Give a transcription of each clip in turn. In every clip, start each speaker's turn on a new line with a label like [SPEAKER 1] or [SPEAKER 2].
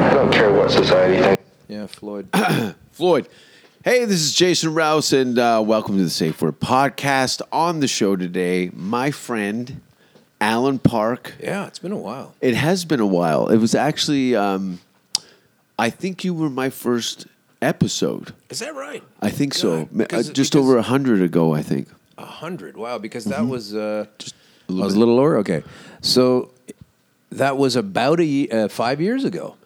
[SPEAKER 1] Heart Society. Thank
[SPEAKER 2] Yeah, Floyd. Floyd. Hey, this is Jason Rouse, and uh, welcome to the Safe Word Podcast. On the show today, my friend Alan Park.
[SPEAKER 3] Yeah, it's been a while.
[SPEAKER 2] It has been a while. It was actually, um, I think you were my first episode.
[SPEAKER 3] Is that right?
[SPEAKER 2] I think so.
[SPEAKER 3] God,
[SPEAKER 2] Ma- uh,
[SPEAKER 3] because-
[SPEAKER 2] Just
[SPEAKER 3] because-
[SPEAKER 2] over a hundred ago, I think.
[SPEAKER 3] A hundred. Wow, because that was uh,
[SPEAKER 2] a little
[SPEAKER 3] I was
[SPEAKER 2] bit.
[SPEAKER 3] a little lower. Okay, so that was about a ye- uh, five years ago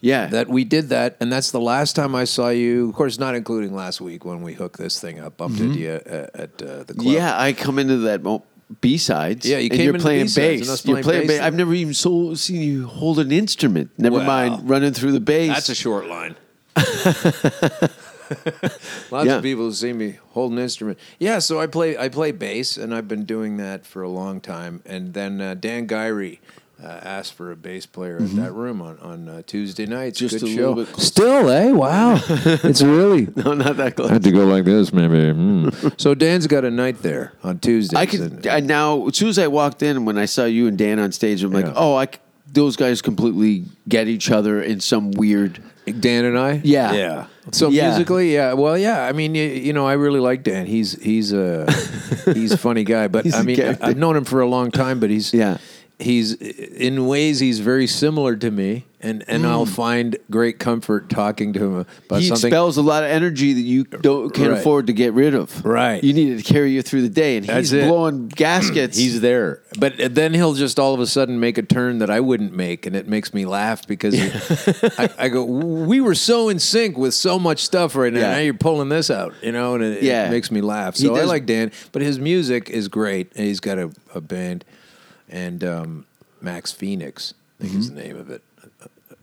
[SPEAKER 2] Yeah.
[SPEAKER 3] that we did that, and that's the last time I saw you. Of course, not including last week when we hooked this thing up, bumped into you uh, at uh, the club.
[SPEAKER 2] Mm-hmm. yeah, I come into that mo- B-sides.
[SPEAKER 3] Yeah, you
[SPEAKER 2] and
[SPEAKER 3] came
[SPEAKER 2] you're
[SPEAKER 3] into
[SPEAKER 2] playing
[SPEAKER 3] B-sides and
[SPEAKER 2] bass.
[SPEAKER 3] us
[SPEAKER 2] you're
[SPEAKER 3] playing
[SPEAKER 2] playing
[SPEAKER 3] bass.
[SPEAKER 2] bass. I've never even so, seen you hold an instrument. Never
[SPEAKER 3] Wow.
[SPEAKER 2] mind running through the bass.
[SPEAKER 3] that's a short line. Lots
[SPEAKER 2] Yeah.
[SPEAKER 3] of people have seen me hold an instrument. Yeah, so I play I play bass, and I've been doing that for a long time. And then uh, Dan Gyrie uh, asked for a bass player at that room on on uh, Tuesday nights.
[SPEAKER 2] Mm-hmm. Just
[SPEAKER 3] Good
[SPEAKER 2] a
[SPEAKER 3] show.
[SPEAKER 2] little bit closer.
[SPEAKER 3] Still, eh? Wow, it's really.
[SPEAKER 2] no, not that close.
[SPEAKER 4] had to go like this, maybe. Hmm.
[SPEAKER 3] So Dan's got a night there on Tuesday.
[SPEAKER 2] I could I now. As soon as I walked in, when I saw you and Dan on stage, I'm like,
[SPEAKER 3] Yeah.
[SPEAKER 2] oh, I c- those guys completely get each other in some weird.
[SPEAKER 3] Dan and I.
[SPEAKER 2] Yeah.
[SPEAKER 3] yeah. So
[SPEAKER 2] Yeah.
[SPEAKER 3] musically, yeah. Well, yeah. I mean, you, you know, I really like Dan. He's he's a he's a funny guy, but
[SPEAKER 2] He's
[SPEAKER 3] I
[SPEAKER 2] a
[SPEAKER 3] mean,
[SPEAKER 2] character.
[SPEAKER 3] I've known him for a long time, but he's
[SPEAKER 2] Yeah.
[SPEAKER 3] He's in ways he's very similar to me, and and I'll find great comfort talking to him about
[SPEAKER 2] Mm. he
[SPEAKER 3] something.
[SPEAKER 2] expels a lot of energy that you don't can't
[SPEAKER 3] Right.
[SPEAKER 2] afford to get rid of.
[SPEAKER 3] Right.
[SPEAKER 2] You need it to carry you through the day, and he's
[SPEAKER 3] That's it.
[SPEAKER 2] blowing gaskets.
[SPEAKER 3] He's there, but then he'll just all of a sudden make a turn that I wouldn't make, and it makes me laugh because I, I go, "We were so in sync with so much stuff right now.
[SPEAKER 2] Yeah.
[SPEAKER 3] Now you're pulling this out, you know," and it, it
[SPEAKER 2] Yeah.
[SPEAKER 3] makes me laugh.
[SPEAKER 2] He
[SPEAKER 3] So I
[SPEAKER 2] does-
[SPEAKER 3] like Dan, but his music is great. And He's got a, a band, and um, Max Phoenix, I think
[SPEAKER 2] Mm-hmm.
[SPEAKER 3] is the name of it.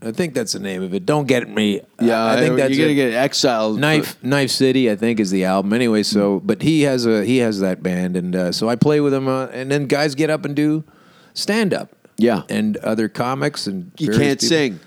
[SPEAKER 3] I think that's the name of it. Don't get me.
[SPEAKER 2] yeah,
[SPEAKER 3] I, I think that's
[SPEAKER 2] you're gonna
[SPEAKER 3] it.
[SPEAKER 2] get exiled.
[SPEAKER 3] Knife Knife City, I think, is the album. Anyway,
[SPEAKER 2] Mm.
[SPEAKER 3] so but he has a he has that band, and uh, so I play with him, uh, and then guys get up and do stand up.
[SPEAKER 2] Yeah.
[SPEAKER 3] and other comics, and
[SPEAKER 2] you
[SPEAKER 3] various
[SPEAKER 2] can't
[SPEAKER 3] people-
[SPEAKER 2] sing.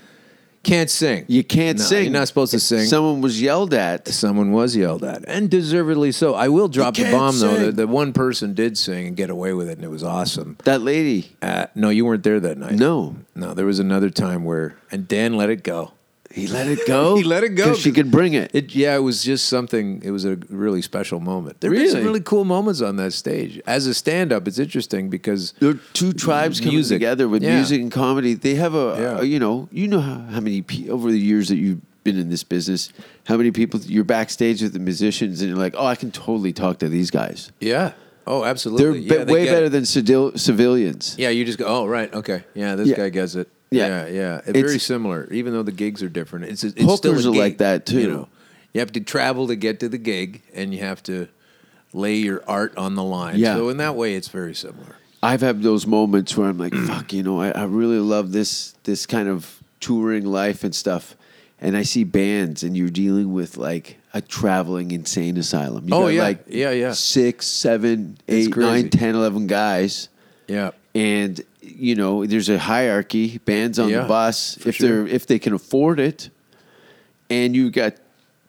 [SPEAKER 3] Can't sing.
[SPEAKER 2] You can't
[SPEAKER 3] No,
[SPEAKER 2] sing.
[SPEAKER 3] You're not supposed to sing.
[SPEAKER 2] Someone was yelled at.
[SPEAKER 3] Someone was yelled at, and deservedly so. I will drop the
[SPEAKER 2] can't
[SPEAKER 3] bomb though.
[SPEAKER 2] sing.
[SPEAKER 3] That, that one person did sing and get away with it, and it was awesome.
[SPEAKER 2] That lady.
[SPEAKER 3] Uh, no, you weren't there that night.
[SPEAKER 2] No.
[SPEAKER 3] no. There was another time where, and Dan let it go.
[SPEAKER 2] He let it go.
[SPEAKER 3] He let it go.
[SPEAKER 2] 'Cause She could bring it.
[SPEAKER 3] It yeah, it was just something. It was a really special moment. There were some
[SPEAKER 2] Really?
[SPEAKER 3] really cool moments on that stage. As a stand-up, it's interesting because
[SPEAKER 2] There are two tribes coming
[SPEAKER 3] Music.
[SPEAKER 2] together with
[SPEAKER 3] Yeah.
[SPEAKER 2] music and comedy. They have a,
[SPEAKER 3] Yeah.
[SPEAKER 2] a- you know, you know how, how many pe- over the years that you've been in this business, how many people you're backstage with the musicians and you're like, oh, I can totally talk to these guys.
[SPEAKER 3] yeah, oh, absolutely,
[SPEAKER 2] They're be-
[SPEAKER 3] Yeah, they
[SPEAKER 2] way
[SPEAKER 3] get
[SPEAKER 2] better
[SPEAKER 3] it.
[SPEAKER 2] than civil- civilians.
[SPEAKER 3] yeah. You just go, oh right, okay, yeah. This
[SPEAKER 2] Yeah.
[SPEAKER 3] guy gets it.
[SPEAKER 2] Yeah.
[SPEAKER 3] Yeah, yeah.
[SPEAKER 2] It's-
[SPEAKER 3] very similar, even though the gigs are different. It's, it's still a
[SPEAKER 2] Hookers are
[SPEAKER 3] gig,
[SPEAKER 2] like that, too.
[SPEAKER 3] You, know? you have to travel to get to the gig, and you have to lay your art on the line.
[SPEAKER 2] Yeah.
[SPEAKER 3] So in that way, it's very similar.
[SPEAKER 2] I've had those moments where I'm like, fuck, you know, I, I really love this this kind of touring life and stuff. And I see bands and you're dealing with like a traveling insane asylum. You
[SPEAKER 3] Oh,
[SPEAKER 2] got,
[SPEAKER 3] yeah.
[SPEAKER 2] like
[SPEAKER 3] Yeah, yeah.
[SPEAKER 2] six, seven, eight, nine,
[SPEAKER 3] crazy.
[SPEAKER 2] ten, eleven guys.
[SPEAKER 3] Yeah.
[SPEAKER 2] And you know, there's a hierarchy, bands on
[SPEAKER 3] Yeah,
[SPEAKER 2] the bus,
[SPEAKER 3] for
[SPEAKER 2] if
[SPEAKER 3] sure.
[SPEAKER 2] they're if they can afford it, and you got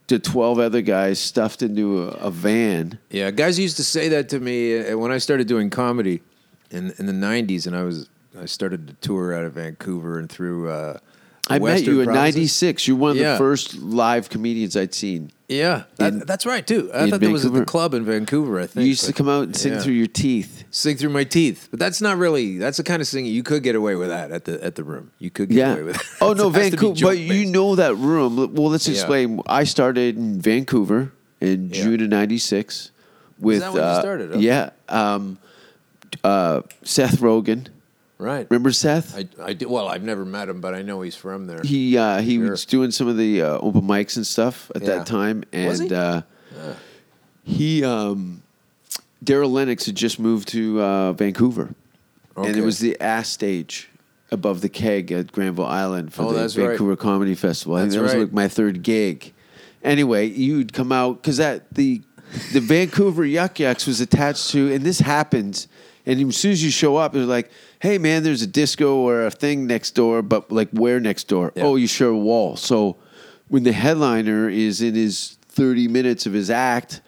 [SPEAKER 2] the twelve other guys stuffed into a, a van.
[SPEAKER 3] Yeah, guys used to say that to me uh, when I started doing comedy in in the '90s, and I was I started to tour out of Vancouver and through. Uh, the
[SPEAKER 2] I met
[SPEAKER 3] western
[SPEAKER 2] you in
[SPEAKER 3] provinces.
[SPEAKER 2] '96. You're one of the
[SPEAKER 3] Yeah.
[SPEAKER 2] first live comedians I'd seen.
[SPEAKER 3] Yeah, that,
[SPEAKER 2] in-
[SPEAKER 3] that's right too. I
[SPEAKER 2] in
[SPEAKER 3] thought that was at
[SPEAKER 2] Vancouver.
[SPEAKER 3] the club in Vancouver. I think
[SPEAKER 2] You used to
[SPEAKER 3] but-
[SPEAKER 2] come out and sing
[SPEAKER 3] yeah.
[SPEAKER 2] through your teeth.
[SPEAKER 3] sing through my teeth, but that's not really. That's the kind of singing you could get away with that at the at the room. You could get away with. That.
[SPEAKER 2] Oh no,
[SPEAKER 3] It has to be
[SPEAKER 2] Vancouver. But you
[SPEAKER 3] joke-based.
[SPEAKER 2] know that room. L- Well, let's
[SPEAKER 3] Yeah.
[SPEAKER 2] explain. I started in Vancouver in
[SPEAKER 3] Yeah.
[SPEAKER 2] June of '96 with.
[SPEAKER 3] that when you
[SPEAKER 2] uh,
[SPEAKER 3] started? Okay.
[SPEAKER 2] Yeah. Um, uh, Seth Rogen.
[SPEAKER 3] right?
[SPEAKER 2] Remember Seth?
[SPEAKER 3] I, I do, well, I've never met him, but I know he's from there.
[SPEAKER 2] he uh, he
[SPEAKER 3] Sure.
[SPEAKER 2] was doing some of the uh, open mics and stuff at
[SPEAKER 3] Yeah.
[SPEAKER 2] that time, and
[SPEAKER 3] Was he?
[SPEAKER 2] Uh, he um, Daryl Lennox had just moved to uh, Vancouver, and
[SPEAKER 3] Okay.
[SPEAKER 2] it was the ass stage above the keg at Granville Island for
[SPEAKER 3] Oh,
[SPEAKER 2] the
[SPEAKER 3] that's right.
[SPEAKER 2] Vancouver Comedy Festival. I think
[SPEAKER 3] That's
[SPEAKER 2] that was
[SPEAKER 3] right.
[SPEAKER 2] like my third gig. Anyway, you'd come out because that the the Vancouver Yuck Yucks was attached to, and this happens. And as soon as you show up, it's like, hey man, there's a disco or a thing next door, but like where next door?
[SPEAKER 3] Yeah.
[SPEAKER 2] Oh, you share a wall. So when the headliner is in his 30 minutes of his act,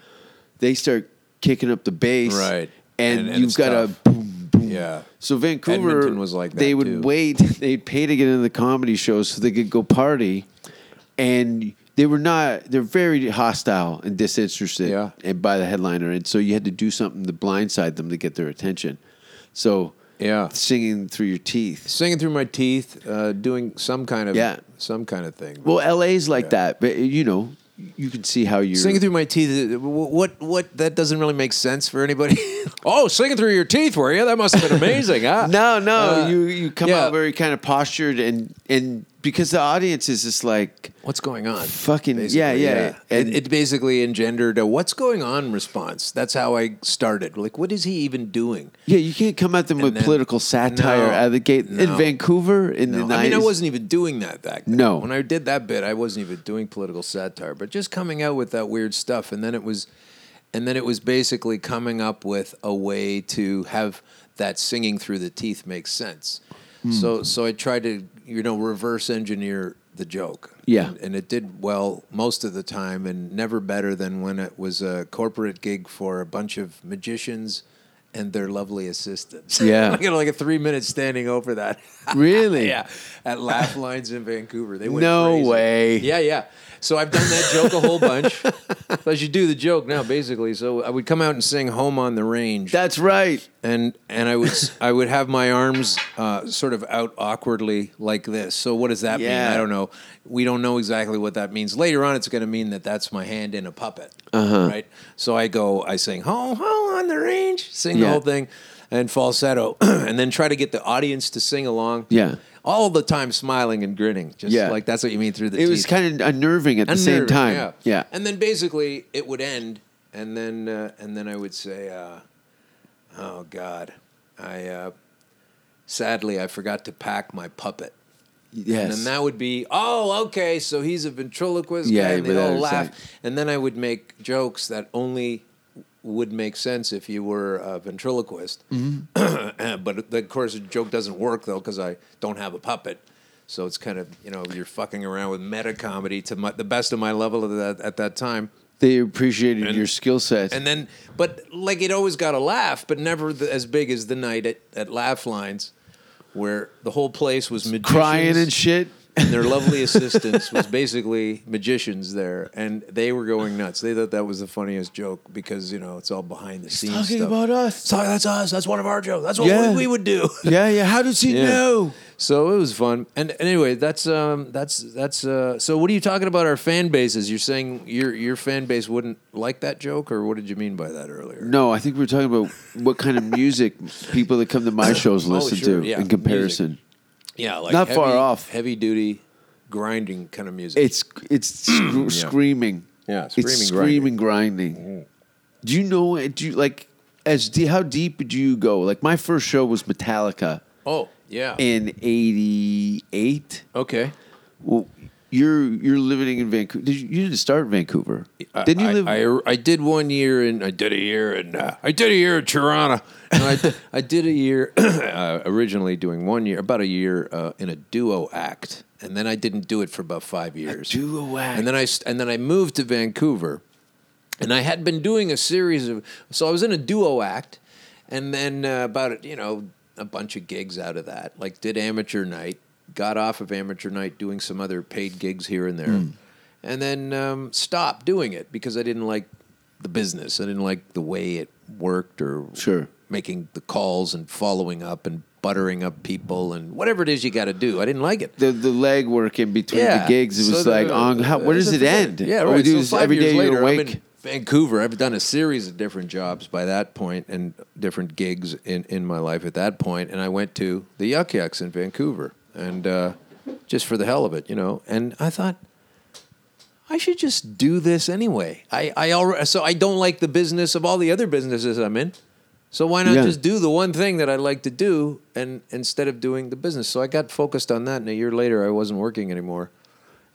[SPEAKER 2] they start kicking up the bass,
[SPEAKER 3] Right.
[SPEAKER 2] And,
[SPEAKER 3] And- and
[SPEAKER 2] you've
[SPEAKER 3] it's
[SPEAKER 2] got
[SPEAKER 3] tough.
[SPEAKER 2] a boom, boom.
[SPEAKER 3] Yeah.
[SPEAKER 2] So Vancouver
[SPEAKER 3] Edmonton was like
[SPEAKER 2] They
[SPEAKER 3] that,
[SPEAKER 2] would
[SPEAKER 3] too.
[SPEAKER 2] wait. They'd pay to get into the comedy shows so they could go party. and they were not. They're very hostile and disinterested.
[SPEAKER 3] Yeah.
[SPEAKER 2] And by the headliner, and so you had to do something to blindside them to get their attention. So
[SPEAKER 3] Yeah.
[SPEAKER 2] singing through your teeth.
[SPEAKER 3] Singing through my teeth, uh, doing some kind of
[SPEAKER 2] Yeah.
[SPEAKER 3] some kind of thing.
[SPEAKER 2] Well, LA's like
[SPEAKER 3] Yeah.
[SPEAKER 2] that, but you know, you can see how you're
[SPEAKER 3] Singing through my teeth. uh, wh- What? What? That doesn't really make sense for anybody. oh, singing through your teeth, were you? That must have been amazing. huh?
[SPEAKER 2] No, no,
[SPEAKER 3] Uh,
[SPEAKER 2] you you come
[SPEAKER 3] yeah.
[SPEAKER 2] out very kind of postured and and because the audience is just like
[SPEAKER 3] What's going on?
[SPEAKER 2] Fucking-
[SPEAKER 3] Basically, uh,
[SPEAKER 2] yeah, yeah. And-
[SPEAKER 3] it, it basically engendered a "What's going on?" response. That's how I started. Like, what is he even doing?
[SPEAKER 2] yeah, you can't come at them with
[SPEAKER 3] then-
[SPEAKER 2] political satire
[SPEAKER 3] No,
[SPEAKER 2] out of the gate in
[SPEAKER 3] no.
[SPEAKER 2] Vancouver in the
[SPEAKER 3] No, I
[SPEAKER 2] nineties.
[SPEAKER 3] mean, I wasn't even doing that back then.
[SPEAKER 2] No.
[SPEAKER 3] When I did that bit, I wasn't even doing political satire, but just coming out with that weird stuff. And then it was, and then it was basically coming up with a way to have that singing through the teeth make sense.
[SPEAKER 2] Hmm.
[SPEAKER 3] So, so I tried to, you know, reverse engineer the joke.
[SPEAKER 2] Yeah.
[SPEAKER 3] And, and it did well most of the time and never better than when it was a corporate gig for a bunch of magicians and their lovely assistants.
[SPEAKER 2] Yeah.
[SPEAKER 3] I got like a three minute standing over that.
[SPEAKER 2] really.
[SPEAKER 3] Yeah, at Laugh Lines in Vancouver. They went
[SPEAKER 2] No
[SPEAKER 3] crazy.
[SPEAKER 2] way.
[SPEAKER 3] Yeah, yeah. So I've done that joke a whole bunch. so I should do the joke now, basically. So I would come out and sing "Home on the Range,"
[SPEAKER 2] That's right.
[SPEAKER 3] and and I would s- I would have my arms uh, sort of out awkwardly like this. So what does that
[SPEAKER 2] Yeah.
[SPEAKER 3] mean? I don't know. We don't know exactly what that means. Later on, it's going to mean that that's my hand in a puppet,
[SPEAKER 2] Uh-huh.
[SPEAKER 3] right? So I go, I sing "Home, home on the range," sing
[SPEAKER 2] Yeah.
[SPEAKER 3] the whole thing, and falsetto, and then try to get the audience to sing along.
[SPEAKER 2] Yeah.
[SPEAKER 3] all the time smiling and grinning, just
[SPEAKER 2] Yeah.
[SPEAKER 3] like that's what you mean through the.
[SPEAKER 2] It
[SPEAKER 3] teeth
[SPEAKER 2] was kind of unnerving at the same
[SPEAKER 3] unnerving,
[SPEAKER 2] time.
[SPEAKER 3] Yeah.
[SPEAKER 2] yeah.
[SPEAKER 3] And then basically it would end, and then uh, and then I would say, uh, "Oh God, I uh, sadly I forgot to pack my puppet." And
[SPEAKER 2] Yes.
[SPEAKER 3] then that would be, oh, okay, so he's a ventriloquist
[SPEAKER 2] Yeah,
[SPEAKER 3] guy, and
[SPEAKER 2] but
[SPEAKER 3] they
[SPEAKER 2] that
[SPEAKER 3] all
[SPEAKER 2] was
[SPEAKER 3] laugh.
[SPEAKER 2] like-
[SPEAKER 3] And then I would make jokes that only would make sense if you were a ventriloquist.
[SPEAKER 2] Mm-hmm.
[SPEAKER 3] but of course, the joke doesn't work though because I don't have a puppet. So it's kind of you know you're fucking around with meta comedy to my, the best of my level of that, at that time.
[SPEAKER 2] they appreciated your skill sets.
[SPEAKER 3] And then, but like it always got a laugh, but never the, as big as the night at, at Laugh Lines, where the whole place was magicians
[SPEAKER 2] crying and shit.
[SPEAKER 3] and their lovely assistants was basically magicians there, and they were going nuts. They thought that was the funniest joke because you know it's all behind the scenes.
[SPEAKER 2] talking
[SPEAKER 3] stuff.
[SPEAKER 2] about us.
[SPEAKER 3] So that's us. That's one of our jokes. That's what
[SPEAKER 2] Yeah.
[SPEAKER 3] we, we would do.
[SPEAKER 2] Yeah, yeah. How does he know?
[SPEAKER 3] So it was fun. And, and anyway, that's um, that's that's uh, so. What are you talking about? Our fan bases? You're saying your your fan base wouldn't like that joke, or what did you mean by that earlier?
[SPEAKER 2] No, I think we were talking about what kind of music people that come to my shows listen
[SPEAKER 3] Oh, sure,
[SPEAKER 2] to
[SPEAKER 3] yeah,
[SPEAKER 2] in comparison.
[SPEAKER 3] Yeah, like
[SPEAKER 2] Not far
[SPEAKER 3] heavy-
[SPEAKER 2] off.
[SPEAKER 3] Heavy duty, grinding kind of music.
[SPEAKER 2] It's it's sc- screaming.
[SPEAKER 3] Yeah,
[SPEAKER 2] it's
[SPEAKER 3] screaming, Mm.
[SPEAKER 2] screaming, grinding. Do you know? Do you like as de- how deep do you go? Like my first show was Metallica
[SPEAKER 3] oh yeah.
[SPEAKER 2] in '88.
[SPEAKER 3] okay.
[SPEAKER 2] Well, you're you're living in Vancouver. Did you, you didn't start in Vancouver?
[SPEAKER 3] I-
[SPEAKER 2] didn't you
[SPEAKER 3] I,
[SPEAKER 2] live?
[SPEAKER 3] I, I did one year in I did a year in uh, I did a year in Toronto. No, I, I did a year uh, originally doing one year about a year uh, in a duo act, and then I didn't do it for about five years.
[SPEAKER 2] duo act.
[SPEAKER 3] and then I st- and then I moved to Vancouver, and I had been doing a series of so I was in a duo act, and then uh, about you know a bunch of gigs out of that. Like did amateur night, got off of amateur night, doing some other paid gigs here and there, and then um, stopped doing it because I didn't like the business. I didn't like the way it worked or
[SPEAKER 2] Sure.
[SPEAKER 3] making the calls and following up and buttering up people and whatever it is you got to do. I didn't like it.
[SPEAKER 2] the the leg work in between the gigs. It
[SPEAKER 3] So
[SPEAKER 2] was
[SPEAKER 3] the-
[SPEAKER 2] like on. How, where does it
[SPEAKER 3] the-
[SPEAKER 2] end?
[SPEAKER 3] Yeah,
[SPEAKER 2] All
[SPEAKER 3] right.
[SPEAKER 2] We do
[SPEAKER 3] so
[SPEAKER 2] is
[SPEAKER 3] five
[SPEAKER 2] every
[SPEAKER 3] years
[SPEAKER 2] day
[SPEAKER 3] later,
[SPEAKER 2] you're awake.
[SPEAKER 3] I'm in Vancouver. I've done a series of different jobs by that point and different gigs in, in my life at that point, and I went to the Yuck Yucks in Vancouver, and uh, just for the hell of it, you know. And I thought, I should just do this anyway. I, I already, so I don't like the business of all the other businesses I'm in. So why not
[SPEAKER 2] Yeah.
[SPEAKER 3] just do the one thing that I like to do and instead of doing the business? So I got focused on that and a year later I wasn't working anymore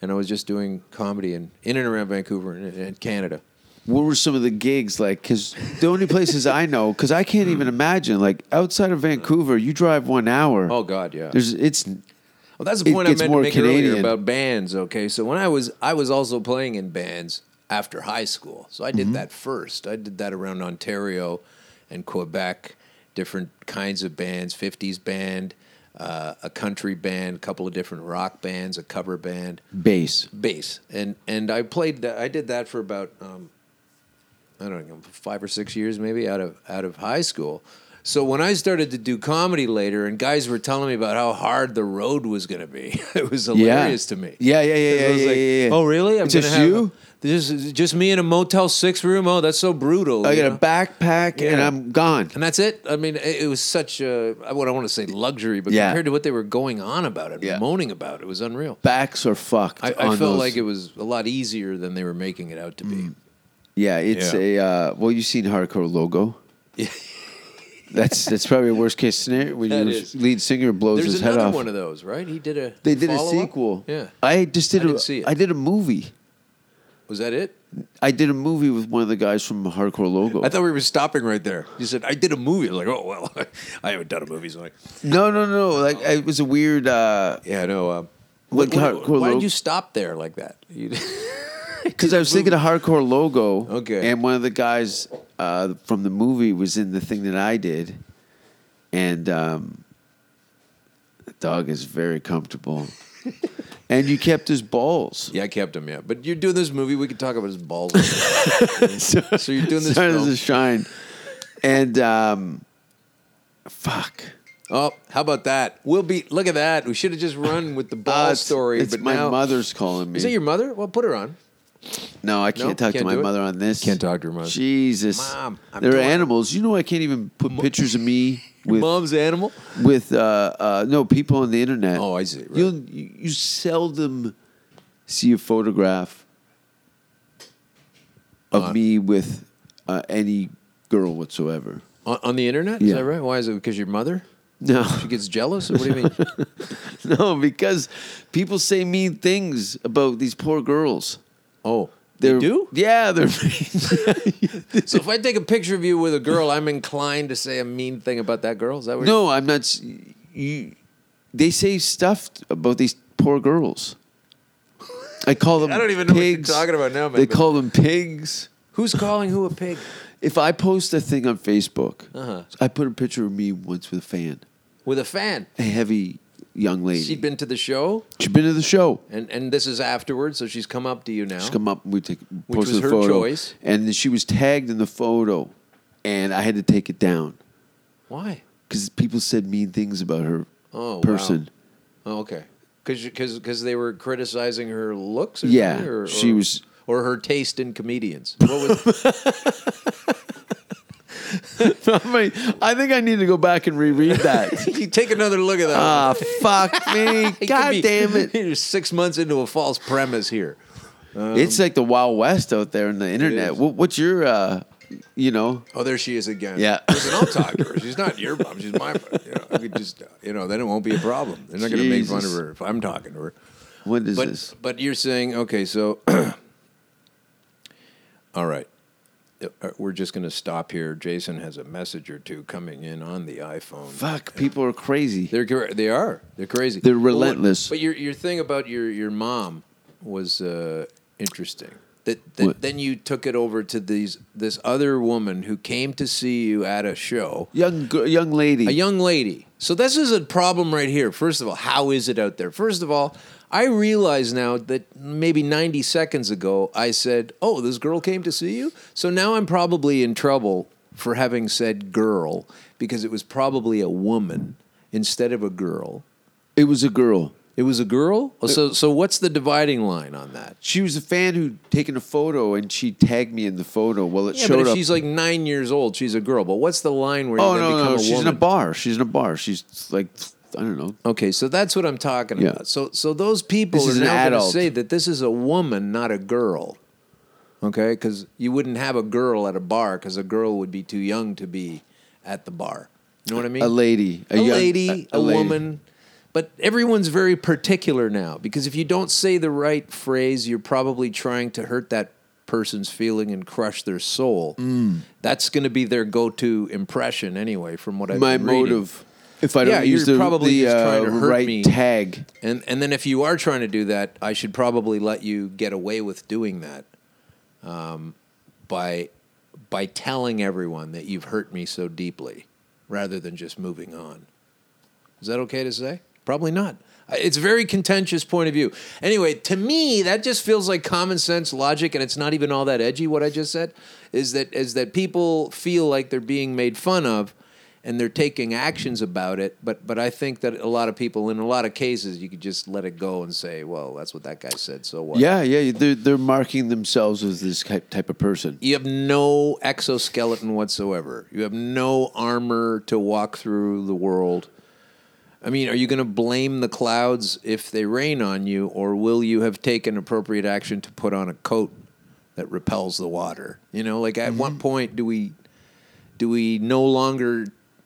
[SPEAKER 3] and I was just doing comedy in, in and around Vancouver and, and Canada.
[SPEAKER 2] what were some of the gigs like? Because the only places I know, because I can't even
[SPEAKER 3] Hmm.
[SPEAKER 2] imagine, like outside of Vancouver, you drive one hour.
[SPEAKER 3] Oh God, yeah.
[SPEAKER 2] There's it's
[SPEAKER 3] Well, Oh, that's the
[SPEAKER 2] It
[SPEAKER 3] point I
[SPEAKER 2] gets
[SPEAKER 3] meant to
[SPEAKER 2] more
[SPEAKER 3] make
[SPEAKER 2] Canadian.
[SPEAKER 3] earlier about bands. Okay, so when I was I was also playing in bands after high school, so I
[SPEAKER 2] Mm-hmm.
[SPEAKER 3] did that first. I did that around Ontario and Quebec, different kinds of bands, fifties band, uh, a country band, a couple of different rock bands, a cover band,
[SPEAKER 2] Bass.
[SPEAKER 3] bass, and and I played that. I did that for about um, I don't know five or six years maybe out of out of high school. So when I started to do comedy later, and guys were telling me about how hard the road was going to be, it was hilarious to me.
[SPEAKER 2] Yeah,
[SPEAKER 3] 'Cause
[SPEAKER 2] yeah, yeah,
[SPEAKER 3] I
[SPEAKER 2] yeah,
[SPEAKER 3] was
[SPEAKER 2] yeah,
[SPEAKER 3] like,
[SPEAKER 2] yeah, yeah.
[SPEAKER 3] Oh, really? I'm
[SPEAKER 2] It's
[SPEAKER 3] gonna
[SPEAKER 2] just
[SPEAKER 3] have
[SPEAKER 2] you?
[SPEAKER 3] Just, just me in a Motel Six room. Oh, that's so brutal.
[SPEAKER 2] I
[SPEAKER 3] you
[SPEAKER 2] got
[SPEAKER 3] know?
[SPEAKER 2] a backpack and
[SPEAKER 3] Yeah.
[SPEAKER 2] I'm gone.
[SPEAKER 3] and that's it. I mean, it, it was such a I would- I want to say luxury, but
[SPEAKER 2] Yeah.
[SPEAKER 3] compared to what they were going on about and
[SPEAKER 2] Yeah.
[SPEAKER 3] moaning about, it was unreal.
[SPEAKER 2] Backs are fucked.
[SPEAKER 3] I, I
[SPEAKER 2] on
[SPEAKER 3] felt
[SPEAKER 2] those. Mm.
[SPEAKER 3] like it was a lot easier than they were making it out to be.
[SPEAKER 2] Yeah, it's
[SPEAKER 3] Yeah.
[SPEAKER 2] a uh, well. You've seen hardcore logo. that's that's probably a worst case scenario when
[SPEAKER 3] That
[SPEAKER 2] your
[SPEAKER 3] is.
[SPEAKER 2] lead singer blows
[SPEAKER 3] There's
[SPEAKER 2] his head
[SPEAKER 3] another
[SPEAKER 2] off.
[SPEAKER 3] one of those, right? He did a
[SPEAKER 2] they did a
[SPEAKER 3] follow-up?
[SPEAKER 2] sequel.
[SPEAKER 3] Yeah,
[SPEAKER 2] I just did
[SPEAKER 3] I
[SPEAKER 2] a.
[SPEAKER 3] didn't see it.
[SPEAKER 2] I did a movie.
[SPEAKER 3] was that it?
[SPEAKER 2] I did a movie with one of the guys from Hardcore Logo.
[SPEAKER 3] I thought we were stopping right there. You said I did a movie. I was like, oh well, I haven't done a movie. So like,
[SPEAKER 2] no, no, no. Like it was a weird. Uh,
[SPEAKER 3] yeah, no. Um,
[SPEAKER 2] What
[SPEAKER 3] why-
[SPEAKER 2] kind of-
[SPEAKER 3] why did you stop there like that? You,
[SPEAKER 2] Because I was thinking of hardcore logo.
[SPEAKER 3] Okay.
[SPEAKER 2] And one of the guys uh, from the movie was in the thing that I did, and um, the dog is very comfortable. and you kept his balls.
[SPEAKER 3] yeah, I kept him. Yeah, but you're doing this movie. We could talk about his balls. so you're doing this.
[SPEAKER 2] Sorry,
[SPEAKER 3] film.
[SPEAKER 2] this is shine. And um, fuck.
[SPEAKER 3] Oh, how about that? We'll be. Look at that. We should have just run with the ball
[SPEAKER 2] Uh, it's-
[SPEAKER 3] story.
[SPEAKER 2] It's
[SPEAKER 3] but
[SPEAKER 2] my
[SPEAKER 3] now,
[SPEAKER 2] mother's calling me.
[SPEAKER 3] Is it your mother? Well, put her on.
[SPEAKER 2] no, I can't
[SPEAKER 3] No,
[SPEAKER 2] talk
[SPEAKER 3] can't
[SPEAKER 2] to my
[SPEAKER 3] do it?
[SPEAKER 2] mother on this.
[SPEAKER 3] Can't talk to her mother.
[SPEAKER 2] Jesus,
[SPEAKER 3] Mom, I'm
[SPEAKER 2] there are
[SPEAKER 3] doing it.
[SPEAKER 2] animals. You know, I can't even put pictures of me with
[SPEAKER 3] Mom's animal.
[SPEAKER 2] with uh, uh, no people on the internet.
[SPEAKER 3] Oh, I see, right.
[SPEAKER 2] You'll- You you seldom see a photograph of
[SPEAKER 3] Uh,
[SPEAKER 2] me with uh, any girl whatsoever.
[SPEAKER 3] On, on the internet? Is
[SPEAKER 2] Yeah.
[SPEAKER 3] that right? Why is it? Because your mother?
[SPEAKER 2] No,
[SPEAKER 3] She gets jealous? What do you mean?
[SPEAKER 2] no, because people say mean things about these poor girls.
[SPEAKER 3] Oh, they
[SPEAKER 2] They're,
[SPEAKER 3] do?
[SPEAKER 2] Yeah, they're mean.
[SPEAKER 3] So if I take a picture of you with a girl, I'm inclined to say a mean thing about that girl? Is that what
[SPEAKER 2] no. I'm not. s- You. They say stuff about these poor girls. I call them.
[SPEAKER 3] I don't even know what you're
[SPEAKER 2] pigs.
[SPEAKER 3] talking about now, man,
[SPEAKER 2] They
[SPEAKER 3] but-
[SPEAKER 2] call them pigs.
[SPEAKER 3] Who's calling who a pig?
[SPEAKER 2] If I post a thing on Facebook,
[SPEAKER 3] Uh-huh.
[SPEAKER 2] I put a picture of me once with a fan,
[SPEAKER 3] With a fan.
[SPEAKER 2] a heavy young lady.
[SPEAKER 3] She'd been to the show,
[SPEAKER 2] She'd been to the show.
[SPEAKER 3] and, and this is afterwards, so she's come up to you now.
[SPEAKER 2] She come up and we take
[SPEAKER 3] Which
[SPEAKER 2] posted
[SPEAKER 3] was
[SPEAKER 2] the
[SPEAKER 3] her
[SPEAKER 2] photo,
[SPEAKER 3] choice.
[SPEAKER 2] and then she was tagged in the photo, and I had to take it down
[SPEAKER 3] Why?
[SPEAKER 2] because people said mean things about her
[SPEAKER 3] Oh, wow.
[SPEAKER 2] person.
[SPEAKER 3] Oh, okay. Because they were criticizing her looks? Or
[SPEAKER 2] Yeah,
[SPEAKER 3] something, or-
[SPEAKER 2] she
[SPEAKER 3] or-
[SPEAKER 2] was-
[SPEAKER 3] Or her taste in comedians. What was,
[SPEAKER 2] I, mean, I think I need to go back and reread that.
[SPEAKER 3] you take another look at that.
[SPEAKER 2] Ah, fuck me!
[SPEAKER 3] It could
[SPEAKER 2] God
[SPEAKER 3] be-
[SPEAKER 2] damn it!
[SPEAKER 3] You're six months into a false premise here.
[SPEAKER 2] it's like the Wild West out there on the internet.
[SPEAKER 3] Um, is.
[SPEAKER 2] What, what's your, uh, you know?
[SPEAKER 3] Oh, there she is again.
[SPEAKER 2] Yeah.
[SPEAKER 3] Listen, I'll talk to her. She's not your mom. She's my mom. You know, I could just, you know, then it won't be a problem. They're not going to make fun of
[SPEAKER 2] Jesus.
[SPEAKER 3] her if I'm talking to her.
[SPEAKER 2] What is
[SPEAKER 3] But
[SPEAKER 2] this?
[SPEAKER 3] but you're saying okay, so all right, Uh, we're just going to stop here. Jason has a message or two coming in on the iPhone.
[SPEAKER 2] Fuck, people are crazy.
[SPEAKER 3] They're cra- they are they're crazy.
[SPEAKER 2] They're
[SPEAKER 3] But what-
[SPEAKER 2] relentless.
[SPEAKER 3] But, your your thing about your your mom was uh, interesting. That, that
[SPEAKER 2] What?
[SPEAKER 3] then you took it over to these this other woman who came to see you at a show,
[SPEAKER 2] young gir- young lady.
[SPEAKER 3] a young lady. So this is a problem right here. First of all, how is it out there? First of all, I realize now that maybe 90 seconds ago I said, "Oh, this girl came to see you." So now I'm probably in trouble for having said girl because it was probably a woman instead of a girl.
[SPEAKER 2] it was a girl.
[SPEAKER 3] It was a girl. Oh, So, so what's the dividing line on that?
[SPEAKER 2] She was a fan who'd taken a photo and she tagged me in the photo. Well, it
[SPEAKER 3] Yeah, but
[SPEAKER 2] showed
[SPEAKER 3] if
[SPEAKER 2] up.
[SPEAKER 3] she's like nine years old, she's a girl. But what's the line where
[SPEAKER 2] oh
[SPEAKER 3] you then
[SPEAKER 2] no,
[SPEAKER 3] become
[SPEAKER 2] no,
[SPEAKER 3] a
[SPEAKER 2] she's
[SPEAKER 3] woman?
[SPEAKER 2] in a bar. She's in a bar. She's like, I don't know.
[SPEAKER 3] Okay, so that's what I'm talking
[SPEAKER 2] Yeah.
[SPEAKER 3] about. So, so those people
[SPEAKER 2] This is
[SPEAKER 3] are
[SPEAKER 2] an
[SPEAKER 3] now going to
[SPEAKER 2] adult.
[SPEAKER 3] say that this is a woman, not a girl. Okay, because you wouldn't have a girl at a bar because a girl would be too young to be at the bar. You know what I mean?
[SPEAKER 2] A lady,
[SPEAKER 3] a,
[SPEAKER 2] young-
[SPEAKER 3] lady, a,
[SPEAKER 2] lady.
[SPEAKER 3] woman. But everyone's very particular now because if you don't say the right phrase, you're probably trying to hurt that person's feeling and crush their soul.
[SPEAKER 2] Mm.
[SPEAKER 3] That's going to be their go-to impression anyway, from what I've
[SPEAKER 2] My
[SPEAKER 3] been reading.
[SPEAKER 2] motive. If I don't
[SPEAKER 3] Yeah,
[SPEAKER 2] use
[SPEAKER 3] you're
[SPEAKER 2] the,
[SPEAKER 3] probably
[SPEAKER 2] the
[SPEAKER 3] just trying
[SPEAKER 2] uh,
[SPEAKER 3] to hurt
[SPEAKER 2] right
[SPEAKER 3] me.
[SPEAKER 2] tag,
[SPEAKER 3] And and then if you are trying to do that, I should probably let you get away with doing that, um, by by telling everyone that you've hurt me so deeply, rather than just moving on. Is that okay to say? Probably not. I- It's a very contentious point of view. Anyway, to me, that just feels like common sense logic, and it's not even all that edgy. What I just said is that is that people feel like they're being made fun of, and they're taking actions about it. But but I think that a lot of people, in a lot of cases, you could just let it go and say, well, that's what that guy said. So what?
[SPEAKER 2] Yeah, yeah. They're, they're marking themselves as this type, type of person.
[SPEAKER 3] You have no exoskeleton whatsoever. You have no armor to walk through the world. I mean, are you going to blame the clouds if they rain on you, or will you have taken appropriate action to put on a coat that repels the water? You know, like at what point do we do we no longer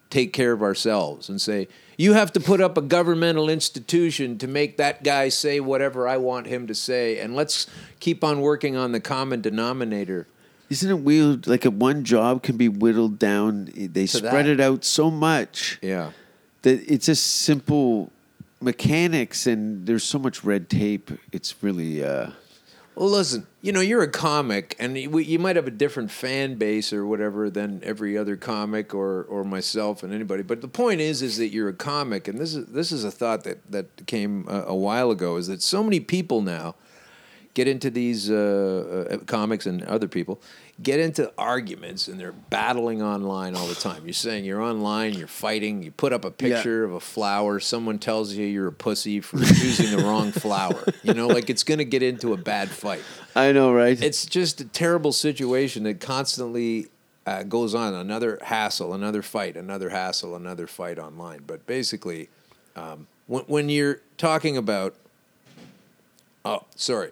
[SPEAKER 3] take care of ourselves and say you have to put up a governmental institution to make that guy say whatever I want him to say, and let's keep on working on the common denominator.
[SPEAKER 2] Isn't it weird? Like a one job can be whittled down. eh, They spread
[SPEAKER 3] that.
[SPEAKER 2] it out so much
[SPEAKER 3] Yeah.
[SPEAKER 2] that it's just simple mechanics, and there's so much red tape. It's really uh,
[SPEAKER 3] Well, listen, you know, you're a comic, and you we- you might have a different fan base or whatever than every other comic or, or myself and anybody. But the point is, is that you're a comic, and this is this is a thought that that came a, a while ago. Is that so many people now get into these uh, uh, comics and other people get into arguments, and they're battling online all the time. You're saying you're online, you're fighting. You put up a
[SPEAKER 2] Yeah.
[SPEAKER 3] picture of a flower. Someone tells you you're a pussy for choosing the wrong flower. You know, like it's going to get into a bad fight
[SPEAKER 2] I know, right?
[SPEAKER 3] it's just a terrible situation that constantly uh, goes on. Another hassle, another fight, another hassle, another fight online. But basically, um, when, when you're talking about, oh, sorry,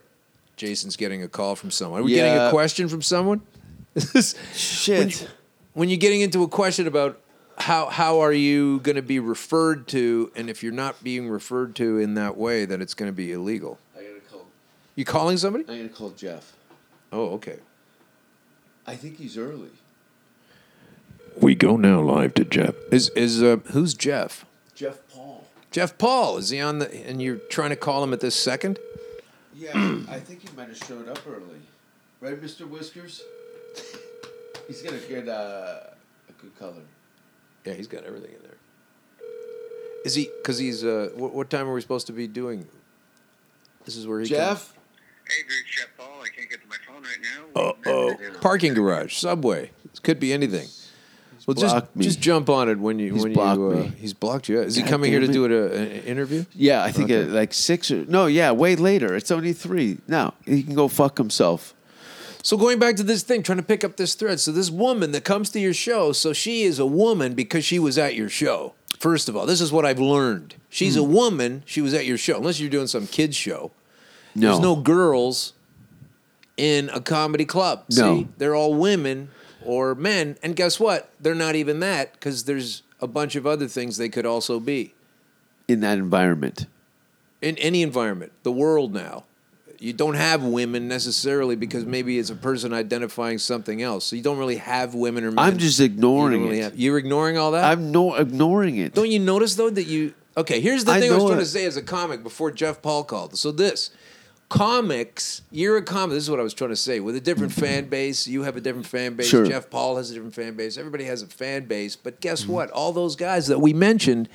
[SPEAKER 3] Jason's getting a call from someone. Are we getting
[SPEAKER 2] Yeah.
[SPEAKER 3] a question from someone? This- when,
[SPEAKER 2] Shit.
[SPEAKER 3] you, when you're getting into a question about how how are you going to be referred to, and if you're not being referred to in that way, then it's going to be illegal.
[SPEAKER 2] I gotta call.
[SPEAKER 3] You calling somebody?
[SPEAKER 2] I gotta call Jeff.
[SPEAKER 3] Oh, okay.
[SPEAKER 2] I think he's early.
[SPEAKER 3] We go now live to Jeff. Is is uh, who's Jeff?
[SPEAKER 2] Jeff Paul.
[SPEAKER 3] Jeff Paul is he on the? And you're trying to call him at this second?
[SPEAKER 2] Yeah, I think he might have showed up early. Right, Mr. Whiskers? He's got a good, uh, a good color.
[SPEAKER 3] Yeah, he's got everything in there. Is he? Because he's. Uh, what, what time are we supposed to be doing? This is where he. can-
[SPEAKER 2] Jeff?
[SPEAKER 1] Hey, this is Jeff Paul. I can't get to my phone right now.
[SPEAKER 3] Uh oh. Parking garage, subway. It could be anything. Well, just
[SPEAKER 2] blocked me.
[SPEAKER 3] just jump on it when you
[SPEAKER 2] He's
[SPEAKER 3] when
[SPEAKER 2] blocked
[SPEAKER 3] you. Uh,
[SPEAKER 2] me.
[SPEAKER 3] He's blocked you. Is he
[SPEAKER 2] God
[SPEAKER 3] coming here to
[SPEAKER 2] damn
[SPEAKER 3] do it a, an interview?
[SPEAKER 2] Yeah, I think
[SPEAKER 3] Okay.
[SPEAKER 2] at like six or no, yeah, way later. It's only three. No, he can go fuck himself.
[SPEAKER 3] So going back to this thing, trying to pick up this thread. So this woman that comes to your show, so she is a woman because she was at your show. First of all, this is what I've learned. She's
[SPEAKER 2] Hmm.
[SPEAKER 3] a woman. She was at your show, unless you're doing some kids show.
[SPEAKER 2] No,
[SPEAKER 3] There's no girls in a comedy club.
[SPEAKER 2] No.
[SPEAKER 3] See, they're all women or men. And guess what? They're not even that because there's a bunch of other things they could also be
[SPEAKER 2] in that environment.
[SPEAKER 3] in any environment, the world now. You don't have women necessarily because maybe it's a person identifying something else. So you don't really have women or men.
[SPEAKER 2] I'm just
[SPEAKER 3] You
[SPEAKER 2] ignoring
[SPEAKER 3] don't really
[SPEAKER 2] it.
[SPEAKER 3] have- you're ignoring all that?
[SPEAKER 2] I'm no ignoring it.
[SPEAKER 3] don't you notice though that you Okay, here's the
[SPEAKER 2] I
[SPEAKER 3] thing I, was
[SPEAKER 2] know
[SPEAKER 3] trying
[SPEAKER 2] it.
[SPEAKER 3] to say as a comic before Jeff Paul called. So this comics, you're a comic. This is what I was trying to say. With a different fan base, you have a different fan base.
[SPEAKER 2] Mm-hmm. Sure.
[SPEAKER 3] Jeff Paul has a different fan base. Everybody has a fan base, but guess
[SPEAKER 2] Mm-hmm.
[SPEAKER 3] what? All those guys that we mentioned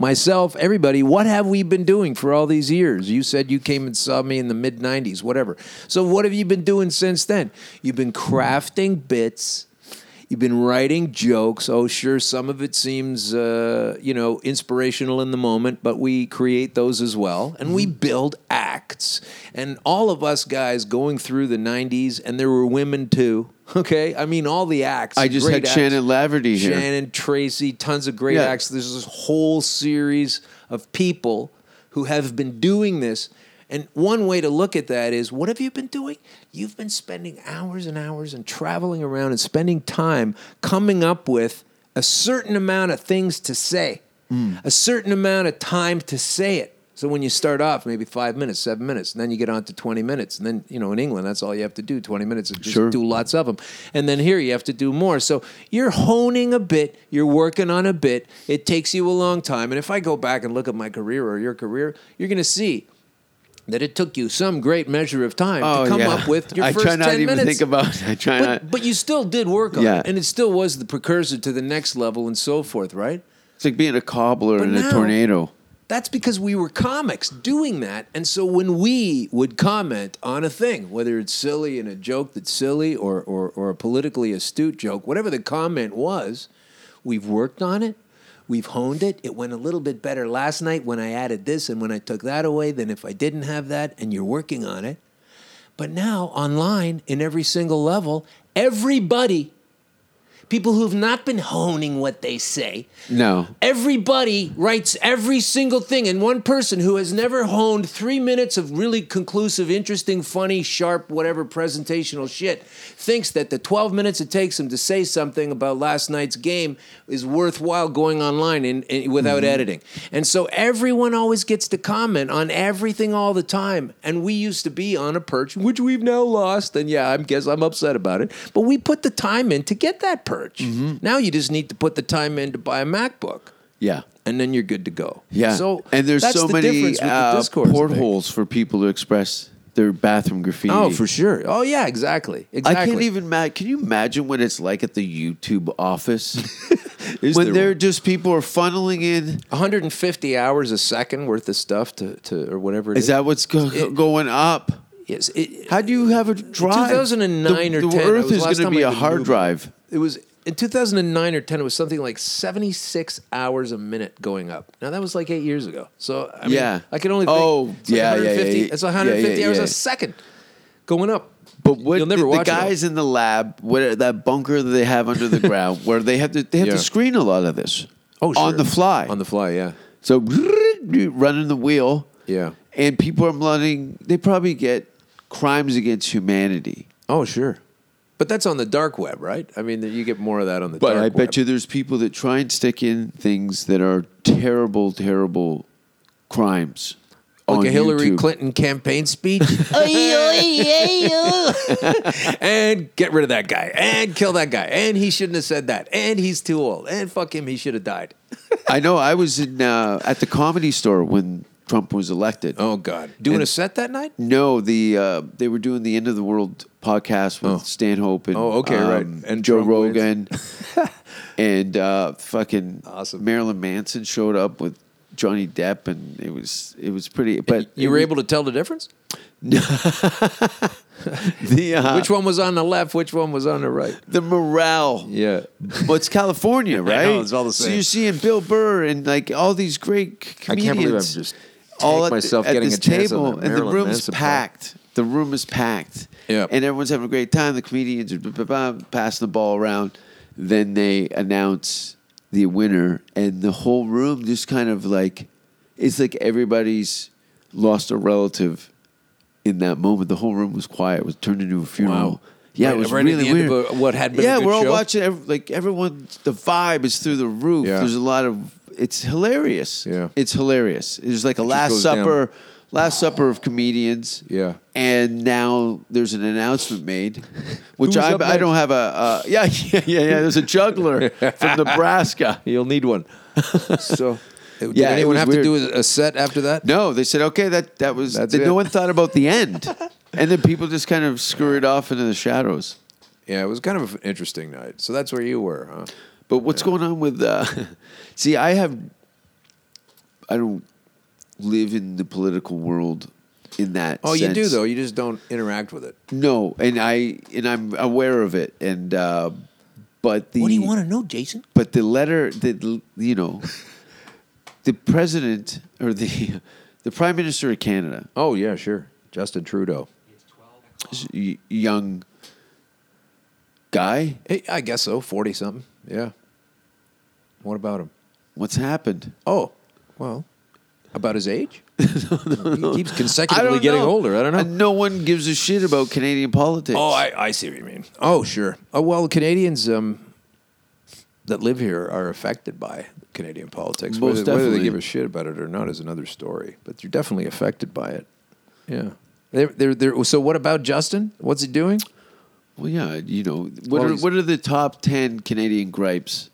[SPEAKER 3] Myself, everybody, what have we been doing for all these years? You said you came and saw me in the mid 90s, whatever. So, what have you been doing since then? You've been crafting bits, You've been writing jokes. Oh, sure, some of it seems, uh, you know, inspirational in the moment, but we create those as well. And we
[SPEAKER 2] Mm-hmm.
[SPEAKER 3] build acts. And all of us guys going through the 90s, and there were women too, okay? I mean, all the acts.
[SPEAKER 2] I just
[SPEAKER 3] great
[SPEAKER 2] had
[SPEAKER 3] acts.
[SPEAKER 2] Shannon Laverty here.
[SPEAKER 3] Shannon, Tracy, tons of great
[SPEAKER 2] Yeah.
[SPEAKER 3] acts. There's this whole series of people who have been doing this. And one way to look at that is what have you been doing? You've been spending hours and hours and traveling around and spending time coming up with a certain amount of things to say,
[SPEAKER 2] Mm.
[SPEAKER 3] a certain amount of time to say it. So when you start off, maybe five minutes, seven minutes, and then you get on to 20 minutes. And then, you know, in England, that's all you have to do 20 minutes is just
[SPEAKER 2] Sure.
[SPEAKER 3] do lots of them. And then here you have to do more. So you're honing a bit, you're working on a bit. It takes you a long time. And if I go back and look at my career or your career, you're going to see that it took you some great measure of time to come up with your
[SPEAKER 2] Oh, I
[SPEAKER 3] first
[SPEAKER 2] try not
[SPEAKER 3] 10
[SPEAKER 2] even
[SPEAKER 3] minutes.
[SPEAKER 2] think about. I try not.
[SPEAKER 3] but, but you still did work on
[SPEAKER 2] Yeah.
[SPEAKER 3] it, and it still was the precursor to the next level and so forth, right?
[SPEAKER 2] It's like being a cobbler
[SPEAKER 3] But
[SPEAKER 2] in
[SPEAKER 3] now-
[SPEAKER 2] a tornado.
[SPEAKER 3] That's because we were comics doing that. And so when we would comment on a thing, whether it's silly and a joke that's silly or, or, or a politically astute joke, whatever the comment was, we've worked on it. We've honed it. It went a little bit better last night when I added this and when I took that away than if I didn't have that, and you're working on it. But now, online, in every single level, everybody, people who've not been honing what they say,
[SPEAKER 2] No.
[SPEAKER 3] Everybody writes every single thing, and one person who has never honed three minutes of really conclusive, interesting, funny, sharp, whatever presentational shit thinks that the 12 minutes it takes him to say something about last night's game is worthwhile going online and, and
[SPEAKER 2] Mm-hmm.
[SPEAKER 3] without editing. And so everyone always gets to comment on everything all the time. And we used to be on a perch, which we've now lost. And yeah, I guess I'm upset about it. But we put the time in to get that perch.
[SPEAKER 2] Mm-hmm.
[SPEAKER 3] Now you just need to put the time in to buy a MacBook
[SPEAKER 2] Yeah.
[SPEAKER 3] and then you're good to go.
[SPEAKER 2] Yeah.
[SPEAKER 3] So
[SPEAKER 2] and there's
[SPEAKER 3] that's
[SPEAKER 2] so
[SPEAKER 3] the
[SPEAKER 2] many
[SPEAKER 3] difference with the
[SPEAKER 2] uh,
[SPEAKER 3] discourse thing.
[SPEAKER 2] portholes for people to express their bathroom graffiti.
[SPEAKER 3] Oh, for sure. Oh yeah, exactly. Exactly.
[SPEAKER 2] I can't even imagine. Can you imagine what it's like at the YouTube office
[SPEAKER 3] Is
[SPEAKER 2] when
[SPEAKER 3] there
[SPEAKER 2] they're just people are funneling in?
[SPEAKER 3] 150 hours a second worth of stuff to, to or whatever it
[SPEAKER 2] Is
[SPEAKER 3] is.
[SPEAKER 2] that what's go- going up?
[SPEAKER 3] Yes, it,
[SPEAKER 2] How do you have a drive?
[SPEAKER 3] 2009
[SPEAKER 2] the,
[SPEAKER 3] or
[SPEAKER 2] the
[SPEAKER 3] 10, that
[SPEAKER 2] Earth
[SPEAKER 3] was
[SPEAKER 2] is
[SPEAKER 3] last
[SPEAKER 2] going to
[SPEAKER 3] time
[SPEAKER 2] be
[SPEAKER 3] I
[SPEAKER 2] a
[SPEAKER 3] could
[SPEAKER 2] hard
[SPEAKER 3] move.
[SPEAKER 2] drive.
[SPEAKER 3] it was in 2009 or 10 it was something like 76 hours a minute going up now that was like eight years ago so I mean,
[SPEAKER 2] Yeah.
[SPEAKER 3] i can only think
[SPEAKER 2] Oh,
[SPEAKER 3] it's like
[SPEAKER 2] yeah, yeah, yeah,
[SPEAKER 3] 150
[SPEAKER 2] yeah.
[SPEAKER 3] it's 150
[SPEAKER 2] Yeah, yeah,
[SPEAKER 3] hours
[SPEAKER 2] yeah.
[SPEAKER 3] a second going up
[SPEAKER 2] But what
[SPEAKER 3] You'll never
[SPEAKER 2] the,
[SPEAKER 3] watch it all.
[SPEAKER 2] guys in the lab, where that bunker that they have under the ground, where they have to they have
[SPEAKER 3] Yeah.
[SPEAKER 2] to screen a lot of this.
[SPEAKER 3] oh sure.
[SPEAKER 2] on the fly.
[SPEAKER 3] on the fly yeah
[SPEAKER 2] so running the wheel.
[SPEAKER 3] Yeah.
[SPEAKER 2] and people are running. They probably get crimes against humanity.
[SPEAKER 3] oh sure but that's on the dark web right i mean you get more of that on the
[SPEAKER 2] But
[SPEAKER 3] dark
[SPEAKER 2] I
[SPEAKER 3] web.
[SPEAKER 2] bet you there's people that try and stick in things that are terrible, terrible crimes.
[SPEAKER 3] like
[SPEAKER 2] on
[SPEAKER 3] a Hillary
[SPEAKER 2] YouTube.
[SPEAKER 3] Clinton campaign speech. and get rid of that guy, and kill that guy, and he shouldn't have said that, and he's too old, and fuck him, he should have died.
[SPEAKER 2] I know. I was in uh, at the comedy store when Trump was elected.
[SPEAKER 3] Oh God, doing
[SPEAKER 2] And-
[SPEAKER 3] a set that night?
[SPEAKER 2] No, the uh, they were doing the end of the world podcast with
[SPEAKER 3] Oh.
[SPEAKER 2] Stanhope and
[SPEAKER 3] Oh, okay, right. And
[SPEAKER 2] and Joe
[SPEAKER 3] Trump
[SPEAKER 2] Rogan and uh, fucking
[SPEAKER 3] Awesome.
[SPEAKER 2] Marilyn Manson showed up with Johnny Depp and it was it was pretty. But
[SPEAKER 3] you were able to tell the difference.
[SPEAKER 2] the uh,
[SPEAKER 3] Which one was on the left? Which one was on the right?
[SPEAKER 2] the morale.
[SPEAKER 3] Yeah.
[SPEAKER 2] Well, it's California, right?
[SPEAKER 3] know, it's all the
[SPEAKER 2] So
[SPEAKER 3] same.
[SPEAKER 2] you're seeing Bill Burr and like all these great c-
[SPEAKER 4] I
[SPEAKER 2] comedians.
[SPEAKER 4] can't believe I'm just
[SPEAKER 2] all
[SPEAKER 4] take
[SPEAKER 2] at,
[SPEAKER 4] myself
[SPEAKER 2] at
[SPEAKER 4] getting
[SPEAKER 2] this
[SPEAKER 4] a chance on
[SPEAKER 2] table,
[SPEAKER 4] that
[SPEAKER 2] and the
[SPEAKER 4] Marilyn
[SPEAKER 2] room's
[SPEAKER 4] Manson part.
[SPEAKER 2] packed. The room is packed.
[SPEAKER 3] Yeah.
[SPEAKER 2] and everyone's having a great time. The comedians are b- b- b- passing the ball around. Then they announce the winner, and the whole room just kind of like it's like everybody's lost a relative in that moment. The whole room was quiet. It was turned into a funeral.
[SPEAKER 3] Wow.
[SPEAKER 2] Yeah,
[SPEAKER 3] Right-
[SPEAKER 2] it was
[SPEAKER 3] right at
[SPEAKER 2] really
[SPEAKER 3] the end of
[SPEAKER 2] weird.
[SPEAKER 3] a- what had been a
[SPEAKER 2] yeah,
[SPEAKER 3] good
[SPEAKER 2] we're all
[SPEAKER 3] show?
[SPEAKER 2] watching. ev- Like everyone, the vibe is through the roof.
[SPEAKER 3] Yeah.
[SPEAKER 2] There's a lot of. It's hilarious.
[SPEAKER 3] Yeah.
[SPEAKER 2] it's hilarious. There's like a Last
[SPEAKER 3] goes down.
[SPEAKER 2] Supper, Last Supper of comedians.
[SPEAKER 3] Yeah.
[SPEAKER 2] and now there's an announcement made, which
[SPEAKER 3] Who's
[SPEAKER 2] I
[SPEAKER 3] up
[SPEAKER 2] I don't have a. Uh, yeah, yeah, yeah, yeah. There's a juggler from Nebraska.
[SPEAKER 3] You'll need one. so, did
[SPEAKER 2] Yeah, it
[SPEAKER 3] anyone
[SPEAKER 2] was
[SPEAKER 3] have
[SPEAKER 2] weird.
[SPEAKER 3] to do a, a set after that?
[SPEAKER 2] No, they said okay. That that was.
[SPEAKER 3] That's
[SPEAKER 2] that
[SPEAKER 3] it.
[SPEAKER 2] no one thought about the end, and then people just kind of scurried off into the shadows.
[SPEAKER 3] Yeah, it was kind of an interesting night. So that's where you were, huh?
[SPEAKER 2] But what's going on with? Uh, see, I have. I don't live in the political world in that.
[SPEAKER 3] Oh, you do
[SPEAKER 2] sense.
[SPEAKER 3] though. You just don't interact with it.
[SPEAKER 2] No, and I and I'm aware of it, and uh, but the
[SPEAKER 3] to know, Jason?
[SPEAKER 2] but the letter that you know, the president or the the prime minister of Canada,
[SPEAKER 3] Oh yeah, sure. Justin Trudeau.
[SPEAKER 2] is a y- young guy.
[SPEAKER 3] Hey, I guess so. Forty something. Yeah. What about him?
[SPEAKER 2] What's happened?
[SPEAKER 3] Oh, well, about his age. He keeps consecutively
[SPEAKER 2] don't
[SPEAKER 3] getting
[SPEAKER 2] know.
[SPEAKER 3] older. I don't know.
[SPEAKER 2] And no one gives a shit about Canadian politics.
[SPEAKER 3] Oh, I, I see what you mean. Oh, sure. Oh, well, Canadians um, that live here are affected by Canadian politics.
[SPEAKER 2] Most
[SPEAKER 3] whether, whether they
[SPEAKER 2] definitely.
[SPEAKER 3] give a shit about it or not is another story. But you're definitely affected by it. Yeah. They're, they're, they're, so what about Justin? What's he doing?
[SPEAKER 2] Well, yeah, you know what
[SPEAKER 3] Well,
[SPEAKER 2] are
[SPEAKER 3] he's-
[SPEAKER 2] what are the top ten Canadian gripes?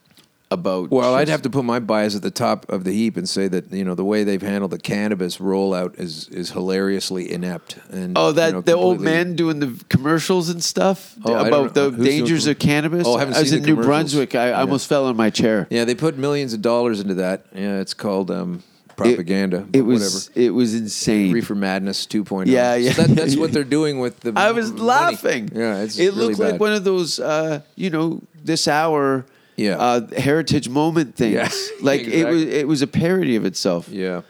[SPEAKER 2] about.
[SPEAKER 3] Well, I'd
[SPEAKER 2] just-
[SPEAKER 3] have to put my bias at the top of the heap and say that you know the way they've handled the cannabis rollout is is hilariously inept. And
[SPEAKER 2] Oh, that
[SPEAKER 3] you know,
[SPEAKER 2] the old
[SPEAKER 3] completely-
[SPEAKER 2] man doing the commercials and stuff
[SPEAKER 3] Oh, I don't
[SPEAKER 2] about the
[SPEAKER 3] know. Who's doing
[SPEAKER 2] dangers of
[SPEAKER 3] commer-
[SPEAKER 2] cannabis.
[SPEAKER 3] Oh, I haven't
[SPEAKER 2] was
[SPEAKER 3] seen
[SPEAKER 2] in
[SPEAKER 3] the
[SPEAKER 2] New
[SPEAKER 3] commercials.
[SPEAKER 2] Brunswick. I, I
[SPEAKER 3] Yeah.
[SPEAKER 2] almost fell on my chair.
[SPEAKER 3] Yeah, they put millions of dollars into that. Yeah, it's called um, propaganda.
[SPEAKER 2] It
[SPEAKER 3] but
[SPEAKER 2] was it was insane.
[SPEAKER 3] whatever. Reefer Madness 2.0.
[SPEAKER 2] Yeah, yeah.
[SPEAKER 3] So that, that's what they're doing with the.
[SPEAKER 2] I was
[SPEAKER 3] money.
[SPEAKER 2] laughing.
[SPEAKER 3] Yeah, it's
[SPEAKER 2] it
[SPEAKER 3] really
[SPEAKER 2] looked like
[SPEAKER 3] bad.
[SPEAKER 2] one of those, uh, you know, this hour,
[SPEAKER 3] Yeah.
[SPEAKER 2] uh, heritage moment things.
[SPEAKER 3] Yeah.
[SPEAKER 2] like it was,
[SPEAKER 3] Exactly.
[SPEAKER 2] it was a parody of itself.
[SPEAKER 3] Yeah,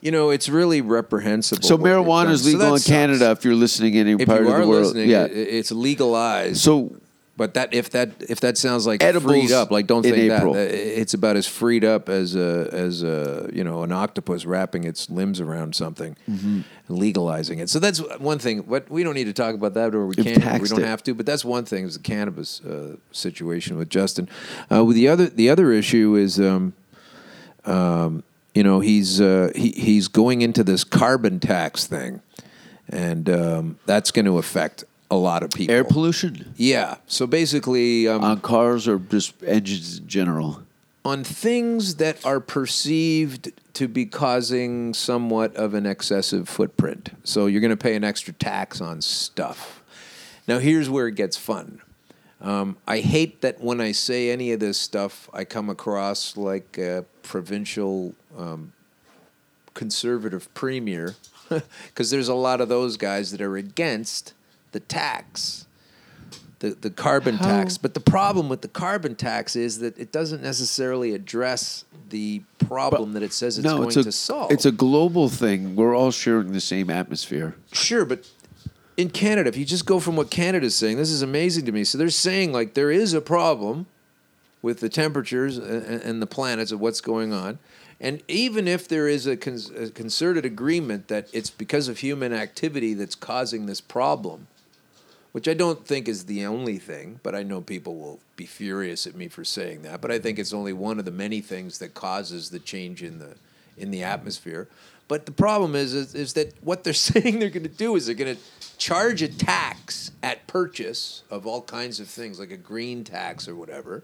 [SPEAKER 3] you know, it's really reprehensible.
[SPEAKER 2] So
[SPEAKER 3] what they've
[SPEAKER 2] marijuana is
[SPEAKER 3] done. So
[SPEAKER 2] legal
[SPEAKER 3] that
[SPEAKER 2] in
[SPEAKER 3] sucks.
[SPEAKER 2] Canada if you're listening in any
[SPEAKER 3] If
[SPEAKER 2] part
[SPEAKER 3] you
[SPEAKER 2] of
[SPEAKER 3] are
[SPEAKER 2] the world.
[SPEAKER 3] listening,
[SPEAKER 2] yeah.
[SPEAKER 3] it, it's legalized.
[SPEAKER 2] so
[SPEAKER 3] But that if that if that sounds like
[SPEAKER 2] Edibles
[SPEAKER 3] freed up, like don't
[SPEAKER 2] in
[SPEAKER 3] think that
[SPEAKER 2] April.
[SPEAKER 3] Uh, it's about as freed up as a as a you know an octopus wrapping its limbs around something,
[SPEAKER 2] Mm-hmm.
[SPEAKER 3] legalizing it. So that's one thing. What we don't need to talk about that, or we
[SPEAKER 2] You've
[SPEAKER 3] can't, we
[SPEAKER 2] taxed
[SPEAKER 3] don't
[SPEAKER 2] it.
[SPEAKER 3] have to. But that's one thing is the cannabis uh, situation with Justin. Uh, with the other the other issue is. Um, you know he's uh, he, he's going into this carbon tax thing, and um, that's going to affect a lot of people.
[SPEAKER 2] air pollution
[SPEAKER 3] Yeah. So basically, um,
[SPEAKER 2] on cars or just engines in general.
[SPEAKER 3] on things that are perceived to be causing somewhat of an excessive footprint. So you're going to pay an extra tax on stuff. Now, here's where it gets fun. Um, I hate that when I say any of this stuff, I come across like a provincial um, conservative premier, because there's a lot of those guys that are against the tax the, the carbon tax. But the problem with the carbon tax is that it doesn't necessarily address the problem that it says it's going
[SPEAKER 2] a,
[SPEAKER 3] to solve.
[SPEAKER 2] It's a global thing. We're all sharing the same atmosphere.
[SPEAKER 3] sure, but in Canada, if you just go from what Canada's saying, this is amazing to me. So they're saying like there is a problem with the temperatures and, and the planets of what's going on. And even if there is a, cons- a concerted agreement that it's because of human activity that's causing this problem, which I don't think is the only thing, but I know people will be furious at me for saying that, but I think it's only one of the many things that causes the change in the in the atmosphere. But the problem is is, is that what they're saying they're going to do is they're going to charge a tax at purchase of all kinds of things like a green tax or whatever.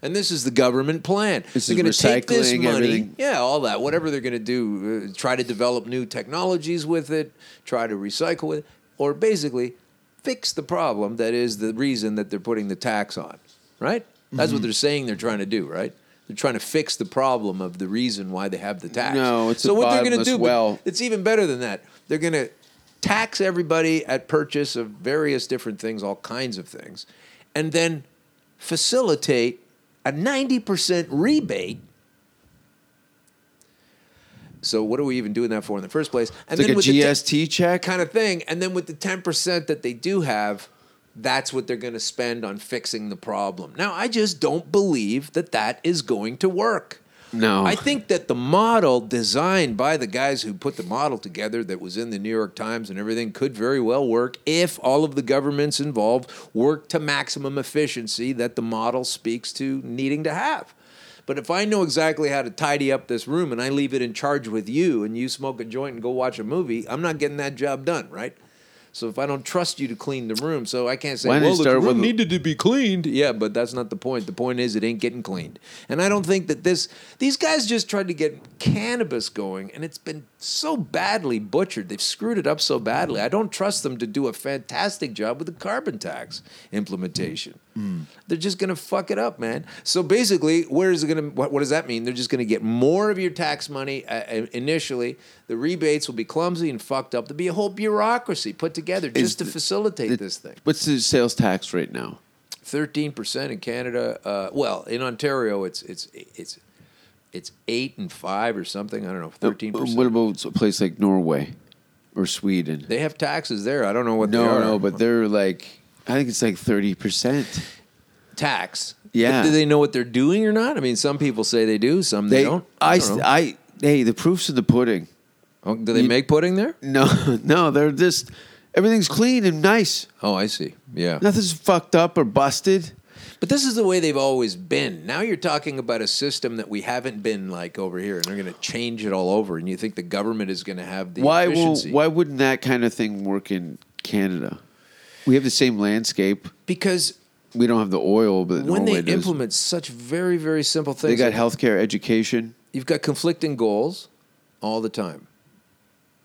[SPEAKER 3] And this is the government plan.
[SPEAKER 2] This
[SPEAKER 3] they're
[SPEAKER 2] is
[SPEAKER 3] going to take this
[SPEAKER 2] recycling,
[SPEAKER 3] money,
[SPEAKER 2] everything.
[SPEAKER 3] yeah, all that. Whatever they're going to do, uh, try to develop new technologies with it, try to recycle it, or basically fix the problem that is the reason that they're putting the tax on, right? That's
[SPEAKER 2] Mm-hmm.
[SPEAKER 3] what they're saying they're trying to do, right? They're trying to fix the problem of the reason why they have the tax.
[SPEAKER 2] No, it's
[SPEAKER 3] so
[SPEAKER 2] a
[SPEAKER 3] what they're going to
[SPEAKER 2] bottomless
[SPEAKER 3] do. but
[SPEAKER 2] well.
[SPEAKER 3] It's even better than that. They're going to tax everybody at purchase of various different things, all kinds of things, and then facilitate a ninety percent rebate so what are we even doing that for in the first place? And
[SPEAKER 2] It's like a
[SPEAKER 3] with the te-
[SPEAKER 2] GST check.
[SPEAKER 3] kind of thing. And then with the ten percent that they do have, that's what they're going to spend on fixing the problem. Now I just don't believe that that is going to work.
[SPEAKER 2] No.
[SPEAKER 3] I think that the model designed by the guys who put the model together that was in the New York Times and everything could very well work if all of the governments involved work to maximum efficiency that the model speaks to needing to have. But if I know exactly how to tidy up this room and I leave it in charge with you and you smoke a joint and go watch a movie, I'm not getting that job done, right? So if I don't trust you to clean the room, so I can't say,
[SPEAKER 2] Why didn't
[SPEAKER 3] well,
[SPEAKER 2] you
[SPEAKER 3] the
[SPEAKER 2] start
[SPEAKER 3] room
[SPEAKER 2] with-
[SPEAKER 3] needed to be cleaned. Yeah, but that's not the point. The point is it ain't getting cleaned. And I don't think that this these guys just tried to get cannabis going and it's been so badly butchered. They've screwed it up so badly. I don't trust them to do a fantastic job with the carbon tax implementation.
[SPEAKER 2] Hmm.
[SPEAKER 3] They're just going to fuck it up, man. So basically, where is it going to what, what does that mean? They're just going to get more of your tax money uh, uh, initially. The rebates will be clumsy and fucked up. There'll be a whole bureaucracy put together
[SPEAKER 2] Is
[SPEAKER 3] just to
[SPEAKER 2] the-
[SPEAKER 3] facilitate this thing.
[SPEAKER 2] What's the sales tax right now? Uh,
[SPEAKER 3] Thirteen percent in Canada. Uh, well, in Ontario, it's it's it's it's eight and five or something. I don't know. Thirteen
[SPEAKER 2] What
[SPEAKER 3] percent.
[SPEAKER 2] about a place like Norway or Sweden?
[SPEAKER 3] They have taxes there. I don't know what they
[SPEAKER 2] no,
[SPEAKER 3] are.
[SPEAKER 2] no, but they're like, I think it's like thirty percent.
[SPEAKER 3] tax.
[SPEAKER 2] Yeah.
[SPEAKER 3] But do they know what they're doing or not? I mean, some people say they do. Some they,
[SPEAKER 2] They,
[SPEAKER 3] don't.
[SPEAKER 2] I,
[SPEAKER 3] don't know.
[SPEAKER 2] I, hey, the proof's in the pudding.
[SPEAKER 3] Oh, do they make pudding there?
[SPEAKER 2] No, no, they're just everything's clean and nice.
[SPEAKER 3] Oh, I see. Yeah.
[SPEAKER 2] Nothing's fucked up or busted.
[SPEAKER 3] But this is the way they've always been. Now you're talking about a system that we haven't been like over here, and they're going to change it all over. And you think the government is going to have the
[SPEAKER 2] why will,
[SPEAKER 3] efficiency?
[SPEAKER 2] why wouldn't that kind of thing work in Canada? We have the same landscape.
[SPEAKER 3] because
[SPEAKER 2] we don't have the oil, but
[SPEAKER 3] when they
[SPEAKER 2] Norway does.
[SPEAKER 3] implement such very very simple
[SPEAKER 2] they
[SPEAKER 3] things,
[SPEAKER 2] got healthcare, education.
[SPEAKER 3] you've got conflicting goals all the time.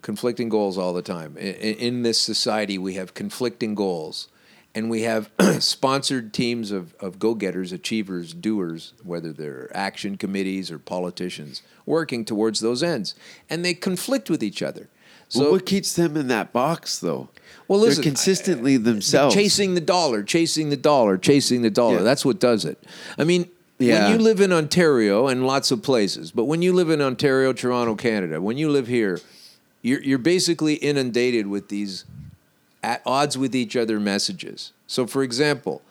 [SPEAKER 3] Conflicting goals all the time. In, in this society, we have conflicting goals, and we have sponsored teams of, of go getters, achievers, doers, whether they're action committees or politicians, working towards those ends, and they conflict with each other. So
[SPEAKER 2] So what keeps them in that box though?
[SPEAKER 3] Well, listen,
[SPEAKER 2] they're consistently themselves.
[SPEAKER 3] Chasing the dollar, chasing the dollar, chasing the dollar.
[SPEAKER 2] Yeah.
[SPEAKER 3] That's what does it. I mean,
[SPEAKER 2] Yeah.
[SPEAKER 3] when you live in Ontario and lots of places, but when you live in Ontario, Toronto, Canada, when you live here, you're, you're basically inundated with these at odds with each other messages. So, for example,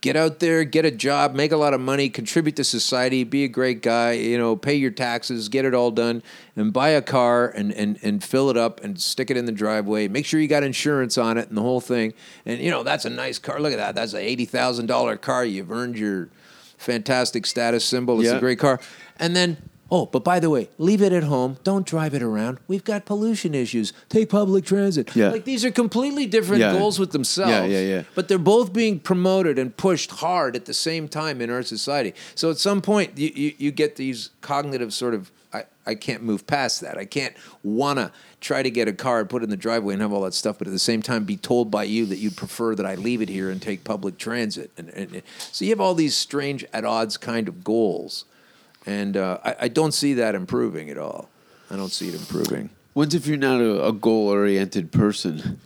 [SPEAKER 3] get out there, get a job, make a lot of money, contribute to society, be a great guy, you know, pay your taxes, get it all done, and buy a car and, and, and fill it up and stick it in the driveway. Make sure you got insurance on it and the whole thing. And, you know, that's a nice car. Look at that. That's an $80,000 car. You've earned your fantastic status symbol. It's
[SPEAKER 2] Yeah.
[SPEAKER 3] a great car. And then, oh, but by the way, leave it at home. Don't drive it around. We've got pollution issues. Take public transit.
[SPEAKER 2] Yeah.
[SPEAKER 3] Like these are completely different
[SPEAKER 2] Yeah.
[SPEAKER 3] goals with themselves.
[SPEAKER 2] Yeah, yeah, yeah.
[SPEAKER 3] But they're both being promoted and pushed hard at the same time in our society. So at some point, you, you, you get these cognitive sort of, I, I can't move past that. I can't want to try to get a car and put it in the driveway and have all that stuff, but at the same time, be told by you that you'd prefer that I leave it here and take public transit. And, and, and- So you have all these strange, at odds kind of goals. And uh, I, I don't see that improving at all. I don't see it improving.
[SPEAKER 2] What if you're not a, a goal-oriented person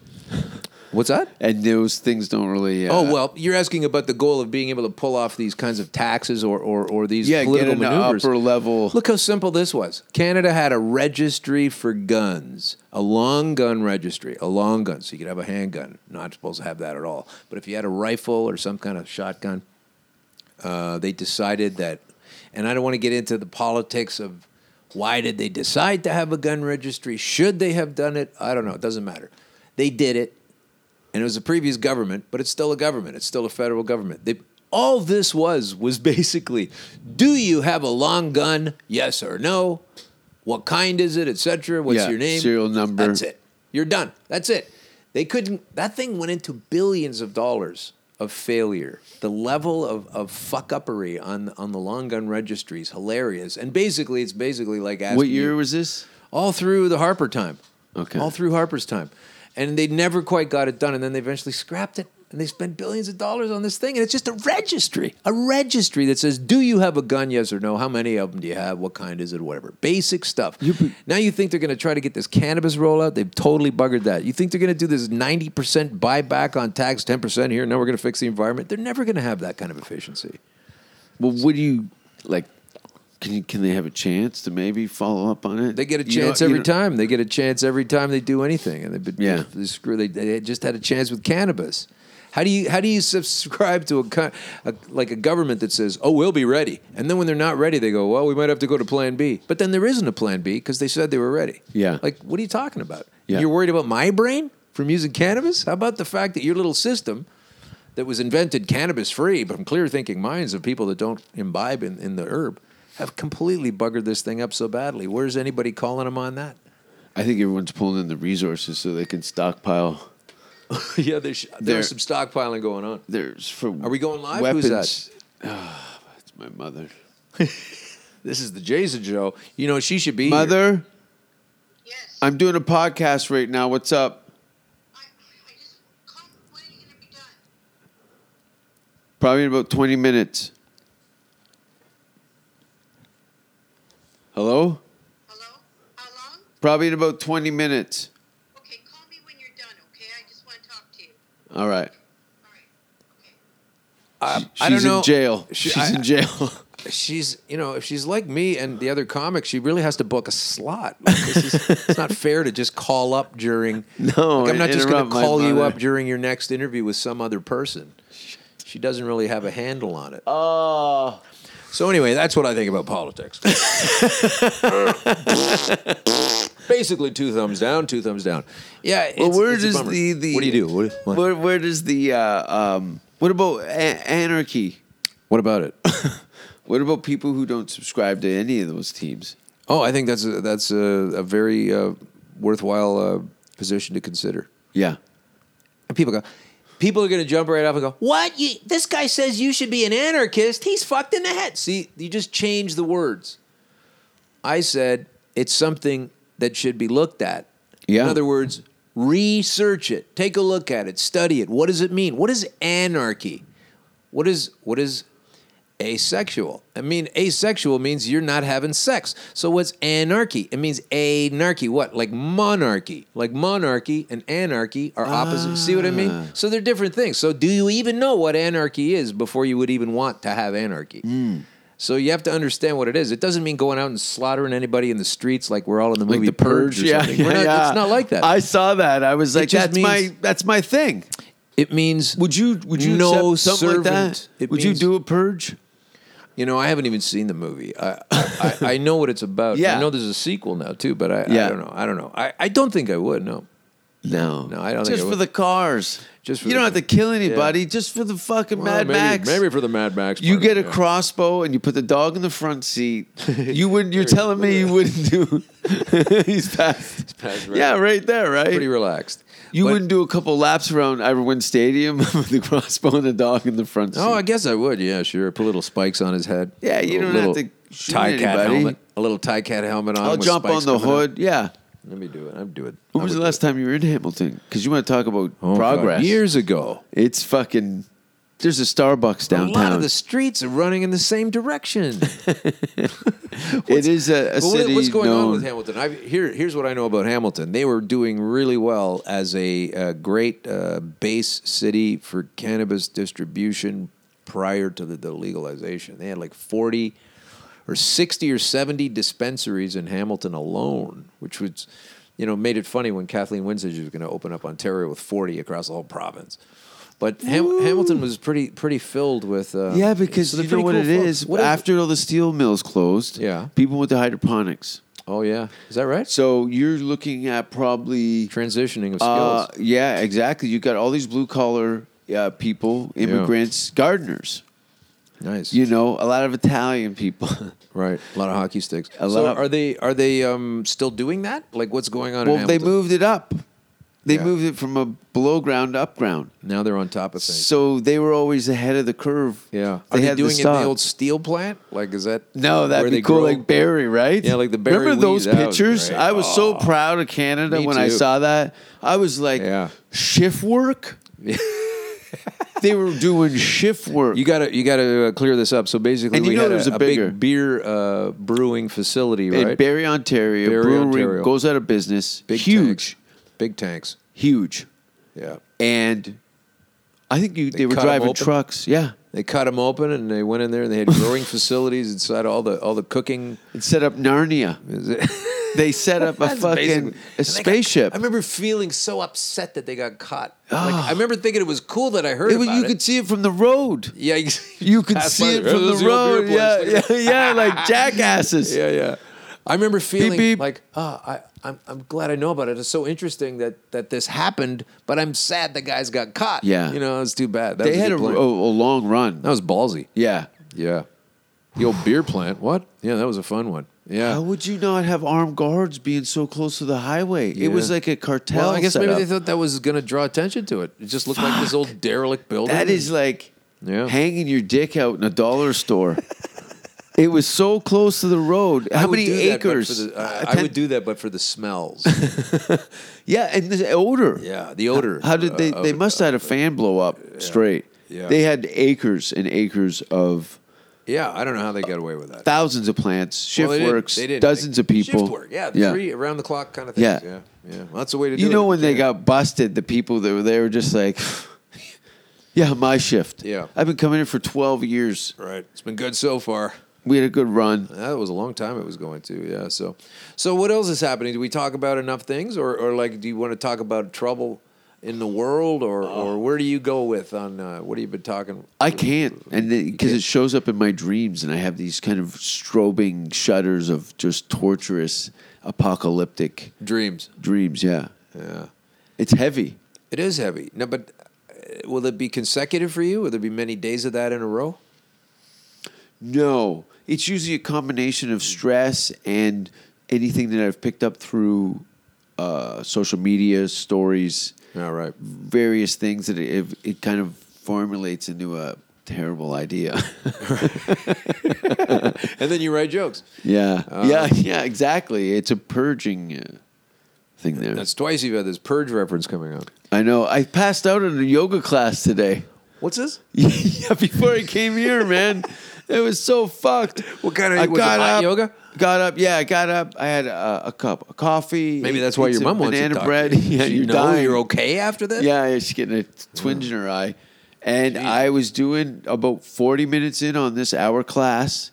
[SPEAKER 3] What's that?
[SPEAKER 2] and those things don't really? Uh,
[SPEAKER 3] Oh well, you're asking about the goal of being able to pull off these kinds of taxes or or, or these
[SPEAKER 2] yeah, get
[SPEAKER 3] political
[SPEAKER 2] an
[SPEAKER 3] maneuvers.
[SPEAKER 2] upper level.
[SPEAKER 3] Look how simple this was. Canada had a registry for guns, a long gun registry, a long gun. So you could have a handgun. Not supposed to have that at all. But if you had a rifle or some kind of shotgun, uh, they decided that, and I don't want to get into the politics of why did they decide to have a gun registry? Should they have done it? I don't know. It doesn't matter. They did it, and it was a previous government, but it's still a government. It's still a federal government. They, all this was was basically, do you have a long gun? Yes or no. What kind is it, etc. What's
[SPEAKER 2] Yeah,
[SPEAKER 3] your name?
[SPEAKER 2] serial number.
[SPEAKER 3] That's it. You're done. That's it. They couldn't. That thing went into billions of dollars of failure. The level of, of fuck uppery on on the long gun registry is hilarious. And basically, it's basically like asking
[SPEAKER 2] what
[SPEAKER 3] you-
[SPEAKER 2] year was this?
[SPEAKER 3] all through the Harper time.
[SPEAKER 2] Okay.
[SPEAKER 3] All through Harper's time. And they never quite got it done. And then they eventually scrapped it. And they spent billions of dollars on this thing. And it's just a registry, a registry that says, do you have a gun? Yes or no? How many of them do you have? What kind is it? Whatever. Basic stuff. now you think they're going to try to get this cannabis rollout? They've totally buggered that. You think they're going to do this 90% buyback on tax, 10% here? No, we're going to fix the environment. They're never going to have that kind of efficiency.
[SPEAKER 2] Well, what do you like? Can you, can they have a chance to maybe follow up on it?
[SPEAKER 3] They get a
[SPEAKER 2] You know-
[SPEAKER 3] chance
[SPEAKER 2] you
[SPEAKER 3] every
[SPEAKER 2] know-
[SPEAKER 3] time. They get a chance every time they do anything, and they've been
[SPEAKER 2] Yeah.
[SPEAKER 3] they screw. They, they just had a chance with cannabis. How do you how do you subscribe to a, co- a like a government that says, "Oh, we'll be ready," and then when they're not ready, they go, "Well, we might have to go to Plan B." But then there isn't a Plan B because they said they were ready.
[SPEAKER 2] Yeah.
[SPEAKER 3] like what are you talking about?
[SPEAKER 2] Yeah.
[SPEAKER 3] You're worried about my brain from using cannabis? How about the fact that your little system that was invented cannabis free from clear thinking minds of people that don't imbibe in, in the herb have completely buggered this thing up so badly. Where's anybody calling them on that?
[SPEAKER 2] I think everyone's pulling in the resources so they can stockpile.
[SPEAKER 3] yeah, there's,
[SPEAKER 2] There-
[SPEAKER 3] there's some stockpiling going on.
[SPEAKER 2] There's for
[SPEAKER 3] Are we going live?
[SPEAKER 2] Weapons.
[SPEAKER 3] Who's that?
[SPEAKER 2] Ah, it's my mother.
[SPEAKER 3] This is the Jason Joe. You know, she should be. here.
[SPEAKER 2] Mother,
[SPEAKER 1] Yes.
[SPEAKER 2] I'm doing a podcast right now. What's up?
[SPEAKER 1] I, I just, call, when are you going to be done?
[SPEAKER 2] Probably in about 20 minutes. Hello?
[SPEAKER 1] Hello? How long?
[SPEAKER 2] Probably in about 20 minutes.
[SPEAKER 1] Okay, call me when you're done, okay? I just want to talk to you.
[SPEAKER 2] All right.
[SPEAKER 1] All right. Okay.
[SPEAKER 3] I,
[SPEAKER 2] She's
[SPEAKER 3] I don't know.
[SPEAKER 2] in jail.
[SPEAKER 3] She-
[SPEAKER 2] she's
[SPEAKER 3] I-
[SPEAKER 2] in jail.
[SPEAKER 3] she's you know if she's like me and the other comics she really has to book a slot Like, this is, it's not fair to just call up during
[SPEAKER 2] No,
[SPEAKER 3] like, i'm not just going
[SPEAKER 2] interrupt
[SPEAKER 3] to
[SPEAKER 2] my
[SPEAKER 3] call you
[SPEAKER 2] mother.
[SPEAKER 3] up during your next interview with some other person she doesn't really have a handle on it
[SPEAKER 2] oh.
[SPEAKER 3] so anyway that's what i think about politics basically two thumbs down two thumbs down yeah
[SPEAKER 2] Well,
[SPEAKER 3] it's-
[SPEAKER 2] where
[SPEAKER 3] it's a
[SPEAKER 2] does
[SPEAKER 3] bummer.
[SPEAKER 2] the, the.
[SPEAKER 3] what do you do what, what?
[SPEAKER 2] Where, where does the. Uh, um, what about a- anarchy?
[SPEAKER 3] what about it
[SPEAKER 2] What about people who don't subscribe to any of those teams?
[SPEAKER 3] oh i think that's a, that's a, a very uh, worthwhile uh, position to consider
[SPEAKER 2] Yeah.
[SPEAKER 3] And people go, people are going to jump right up and go, "What? You, this guy says you should be an anarchist. He's fucked in the head." See, you just change the words. I said it's something that should be looked at.
[SPEAKER 2] Yeah.
[SPEAKER 3] In other words, research it, take a look at it, study it. What does it mean? What is anarchy? What is what is asexual? I mean, asexual means you're not having sex. So what's anarchy? It means anarchy. What? Like monarchy. Like monarchy and anarchy are opposite. See what I
[SPEAKER 2] Ah.
[SPEAKER 3] mean? So they're different things. So do you even know what anarchy is before you would even want to have anarchy?
[SPEAKER 2] Hmm.
[SPEAKER 3] So you have to understand what it is. It doesn't mean going out and slaughtering anybody in the streets like we're all in the movie
[SPEAKER 2] Like the purge,
[SPEAKER 3] or
[SPEAKER 2] yeah,
[SPEAKER 3] something. We're
[SPEAKER 2] yeah,
[SPEAKER 3] not-
[SPEAKER 2] yeah.
[SPEAKER 3] It's not like that.
[SPEAKER 2] I saw that. I was like,
[SPEAKER 3] just
[SPEAKER 2] that's
[SPEAKER 3] means-
[SPEAKER 2] my that's my thing.
[SPEAKER 3] it means
[SPEAKER 2] Would you would you
[SPEAKER 3] No
[SPEAKER 2] accept something like that?
[SPEAKER 3] servant. It
[SPEAKER 2] would
[SPEAKER 3] means-
[SPEAKER 2] you do a purge?
[SPEAKER 3] You know, I haven't even seen the movie. I I, I, I know what it's about.
[SPEAKER 2] Yeah.
[SPEAKER 3] I know there's a sequel now too, but I, I
[SPEAKER 2] Yeah.
[SPEAKER 3] don't know. I don't know. I, I don't think I would. No.
[SPEAKER 2] No,
[SPEAKER 3] No, I don't think
[SPEAKER 2] Just
[SPEAKER 3] I
[SPEAKER 2] for
[SPEAKER 3] would.
[SPEAKER 2] the cars.
[SPEAKER 3] Just for
[SPEAKER 2] you
[SPEAKER 3] the
[SPEAKER 2] don't have to kill anybody.
[SPEAKER 3] Yeah.
[SPEAKER 2] Just for the fucking
[SPEAKER 3] Well,
[SPEAKER 2] Mad
[SPEAKER 3] maybe,
[SPEAKER 2] Max.
[SPEAKER 3] Maybe for the Mad Max.
[SPEAKER 2] you
[SPEAKER 3] part of
[SPEAKER 2] get a
[SPEAKER 3] it, yeah.
[SPEAKER 2] crossbow and you put the dog in the front seat. You wouldn't. You're telling me you wouldn't do. he's passed.
[SPEAKER 3] passed right.
[SPEAKER 2] Yeah, right there, right.
[SPEAKER 3] Pretty relaxed.
[SPEAKER 2] you
[SPEAKER 3] But-
[SPEAKER 2] wouldn't do a couple laps around Irwin Stadium with the crossbow and the dog in the front seat.
[SPEAKER 3] Oh, I guess I would. Yeah, sure. Put little spikes on his head.
[SPEAKER 2] Yeah, you
[SPEAKER 3] Little-
[SPEAKER 2] don't have
[SPEAKER 3] little
[SPEAKER 2] to shoot
[SPEAKER 3] tie cat
[SPEAKER 2] anybody.
[SPEAKER 3] helmet. A little tie cat helmet on.
[SPEAKER 2] I'll
[SPEAKER 3] with
[SPEAKER 2] jump on
[SPEAKER 3] spikes
[SPEAKER 2] the
[SPEAKER 3] coming out.
[SPEAKER 2] hood. Yeah.
[SPEAKER 3] Let me do it. I'd do it. Oh,
[SPEAKER 2] When was the last time you were in Hamilton? Because you want to talk about progress.
[SPEAKER 3] Years ago.
[SPEAKER 2] It's fucking. There's a Starbucks downtown.
[SPEAKER 3] A lot of the streets are running in the same direction.
[SPEAKER 2] it is a, a
[SPEAKER 3] But what-
[SPEAKER 2] city
[SPEAKER 3] what's going
[SPEAKER 2] known.
[SPEAKER 3] on with Hamilton? I've, here, here's what I know about Hamilton. They were doing really well as a, uh great uh, base city for cannabis distribution prior to the, the legalization. They had like 40 or 60 or 70 dispensaries in Hamilton alone, which was, you know, made it funny when Kathleen Winsage was going to open up Ontario with 40 across the whole province. But Ham- Hamilton was pretty pretty filled with uh,
[SPEAKER 2] Yeah, because
[SPEAKER 3] so they're
[SPEAKER 2] you know
[SPEAKER 3] pretty
[SPEAKER 2] what
[SPEAKER 3] cool
[SPEAKER 2] it
[SPEAKER 3] folks.
[SPEAKER 2] is.
[SPEAKER 3] What
[SPEAKER 2] After all the steel mills closed,
[SPEAKER 3] Yeah.
[SPEAKER 2] people went to hydroponics.
[SPEAKER 3] oh yeah, is that right?
[SPEAKER 2] So you're looking at probably
[SPEAKER 3] Transitioning of skills.
[SPEAKER 2] Uh, yeah, exactly. You got all these blue collar uh, people, immigrants, gardeners.
[SPEAKER 3] Nice.
[SPEAKER 2] You know, a lot of Italian people.
[SPEAKER 3] right. A lot of hockey sticks.
[SPEAKER 2] A
[SPEAKER 3] so
[SPEAKER 2] lot of-
[SPEAKER 3] are they are they um, still doing that? Like what's going on? in
[SPEAKER 2] well, they
[SPEAKER 3] Hamilton?
[SPEAKER 2] moved it up. They
[SPEAKER 3] Yeah.
[SPEAKER 2] moved it from a below ground up ground.
[SPEAKER 3] Now they're on top of things.
[SPEAKER 2] So they were always ahead of the curve.
[SPEAKER 3] yeah.
[SPEAKER 2] they
[SPEAKER 3] Are they,
[SPEAKER 2] had
[SPEAKER 3] doing
[SPEAKER 2] the
[SPEAKER 3] it in the
[SPEAKER 2] stock.
[SPEAKER 3] old steel plant? Like is that
[SPEAKER 2] No, that'd
[SPEAKER 3] where
[SPEAKER 2] be
[SPEAKER 3] they
[SPEAKER 2] cool,
[SPEAKER 3] grow?
[SPEAKER 2] like Barry, right?
[SPEAKER 3] Yeah, like the Barry
[SPEAKER 2] Remember those
[SPEAKER 3] weed, that was
[SPEAKER 2] pictures?
[SPEAKER 3] great.
[SPEAKER 2] I was so
[SPEAKER 3] Aw.
[SPEAKER 2] proud of Canada
[SPEAKER 3] Me
[SPEAKER 2] when I
[SPEAKER 3] too.
[SPEAKER 2] saw that. I was like,
[SPEAKER 3] Yeah.
[SPEAKER 2] shift work. they were doing shift work.
[SPEAKER 3] you gotta you gotta uh, clear this up. So basically,
[SPEAKER 2] And you
[SPEAKER 3] we
[SPEAKER 2] know
[SPEAKER 3] had
[SPEAKER 2] there's
[SPEAKER 3] a,
[SPEAKER 2] a
[SPEAKER 3] a big
[SPEAKER 2] bigger-
[SPEAKER 3] beer uh, brewing facility,
[SPEAKER 2] in
[SPEAKER 3] right?
[SPEAKER 2] Barry, Ontario,
[SPEAKER 3] Barrie,
[SPEAKER 2] brewery
[SPEAKER 3] Ontario.
[SPEAKER 2] goes out of business.
[SPEAKER 3] big
[SPEAKER 2] huge,
[SPEAKER 3] tanks. big tanks.
[SPEAKER 2] huge,
[SPEAKER 3] Yeah,
[SPEAKER 2] and I think you, they, were
[SPEAKER 3] cut 'em
[SPEAKER 2] driving
[SPEAKER 3] open?
[SPEAKER 2] trucks. Yeah,
[SPEAKER 3] they cut them open and they went in there and they had growing facilities inside all the all the cooking.
[SPEAKER 2] and set up Narnia.
[SPEAKER 3] Is it?
[SPEAKER 2] They set up a
[SPEAKER 3] That's
[SPEAKER 2] fucking
[SPEAKER 3] basically-
[SPEAKER 2] a
[SPEAKER 3] and they got-
[SPEAKER 2] spaceship.
[SPEAKER 3] I remember feeling so upset that they got caught. Like, I remember thinking it was cool that I heard
[SPEAKER 2] It was-
[SPEAKER 3] about
[SPEAKER 2] you
[SPEAKER 3] Ah. it.
[SPEAKER 2] could see it from the road.
[SPEAKER 3] yeah,
[SPEAKER 2] You could
[SPEAKER 3] Pass
[SPEAKER 2] see
[SPEAKER 3] by
[SPEAKER 2] it
[SPEAKER 3] there.
[SPEAKER 2] from
[SPEAKER 3] There's
[SPEAKER 2] the
[SPEAKER 3] the old
[SPEAKER 2] road.
[SPEAKER 3] beer
[SPEAKER 2] Yeah,
[SPEAKER 3] place.
[SPEAKER 2] yeah, yeah, like jackasses.
[SPEAKER 3] yeah, yeah. I remember feeling
[SPEAKER 2] beep.
[SPEAKER 3] like, ah, I, I'm, I'm glad I know about it. It's so interesting that, that this happened, but I'm sad the guys got caught.
[SPEAKER 2] Yeah.
[SPEAKER 3] you know, it's too bad. That
[SPEAKER 2] They
[SPEAKER 3] was
[SPEAKER 2] had a,
[SPEAKER 3] good plan.
[SPEAKER 2] a, a long run.
[SPEAKER 3] that was ballsy.
[SPEAKER 2] Yeah.
[SPEAKER 3] Yeah, the old beer plant. What? Yeah, that was a fun one. Yeah.
[SPEAKER 2] How would you not have armed guards being so close to the highway? It was
[SPEAKER 3] Yeah.
[SPEAKER 2] like a cartel.
[SPEAKER 3] well, I guess maybe
[SPEAKER 2] setup.
[SPEAKER 3] they thought that was going to draw attention to it. It just looked like this old derelict building.
[SPEAKER 2] that is like
[SPEAKER 3] Yeah.
[SPEAKER 2] hanging your dick out in a dollar store. it was so close to the road.
[SPEAKER 3] I
[SPEAKER 2] How
[SPEAKER 3] would
[SPEAKER 2] many
[SPEAKER 3] do that, but for
[SPEAKER 2] acres?
[SPEAKER 3] the- I-
[SPEAKER 2] Uh,
[SPEAKER 3] I
[SPEAKER 2] ten-
[SPEAKER 3] would do that, but for the smells.
[SPEAKER 2] yeah, and the odor.
[SPEAKER 3] yeah, the odor.
[SPEAKER 2] How did they?
[SPEAKER 3] uh,
[SPEAKER 2] they
[SPEAKER 3] of-
[SPEAKER 2] must have had a fan blow up straight.
[SPEAKER 3] Yeah.
[SPEAKER 2] They had acres and acres of
[SPEAKER 3] Yeah, I don't know how they got away with that.
[SPEAKER 2] thousands of plants, shift
[SPEAKER 3] Well, they didn't-
[SPEAKER 2] works,
[SPEAKER 3] they didn't.
[SPEAKER 2] dozens of people.
[SPEAKER 3] Shift work, yeah, the three around the clock kind of things. Yeah,
[SPEAKER 2] Yeah.
[SPEAKER 3] yeah, Well, that's the way to do
[SPEAKER 2] You
[SPEAKER 3] it.
[SPEAKER 2] know when they
[SPEAKER 3] Yeah.
[SPEAKER 2] got busted, the people that were there were just like, "Yeah, my shift.
[SPEAKER 3] Yeah.
[SPEAKER 2] I've been coming in for twelve years.
[SPEAKER 3] right. It's been good so far.
[SPEAKER 2] We had a good run.
[SPEAKER 3] That was a long time it was going to. Yeah. So, so what else is happening? Do we talk about enough things, or or like, do you want to talk about trouble in the world, or or where do you go with on uh, what have you been talking?
[SPEAKER 2] I can't, and because
[SPEAKER 3] can't.
[SPEAKER 2] it shows up in my dreams, and I have these kind of strobing shudders of just torturous, apocalyptic
[SPEAKER 3] Dreams.
[SPEAKER 2] dreams. Yeah,
[SPEAKER 3] Yeah.
[SPEAKER 2] it's heavy.
[SPEAKER 3] It is heavy. No, but uh, will it be consecutive for you? Will there be many days of that in a row?
[SPEAKER 2] No, it's usually a combination of stress and anything that I've picked up through uh, social media stories.
[SPEAKER 3] All right.
[SPEAKER 2] various things that it, it, it kind of formulates into a terrible idea.
[SPEAKER 3] And then you write jokes.
[SPEAKER 2] yeah, yeah, yeah. Exactly. It's a purging uh, thing there.
[SPEAKER 3] That's twice you've had this purge reference coming up.
[SPEAKER 2] I know. I passed out in a yoga class today.
[SPEAKER 3] What's this?
[SPEAKER 2] yeah, before I came here, man. It was so fucked.
[SPEAKER 3] What kind of-
[SPEAKER 2] I
[SPEAKER 3] was it
[SPEAKER 2] got
[SPEAKER 3] hot
[SPEAKER 2] up,
[SPEAKER 3] yoga?
[SPEAKER 2] Got up, yeah, I got up. I had uh, a cup of coffee.
[SPEAKER 3] Maybe
[SPEAKER 2] ate-
[SPEAKER 3] that's why
[SPEAKER 2] ate
[SPEAKER 3] your
[SPEAKER 2] some
[SPEAKER 3] mom wants to
[SPEAKER 2] banana
[SPEAKER 3] talk
[SPEAKER 2] bread.
[SPEAKER 3] To you.
[SPEAKER 2] yeah,
[SPEAKER 3] She
[SPEAKER 2] you're
[SPEAKER 3] know
[SPEAKER 2] dying.
[SPEAKER 3] You're okay after this.
[SPEAKER 2] Yeah, she's getting a twinge in her eye. And I was doing about 40 minutes in on this hour class.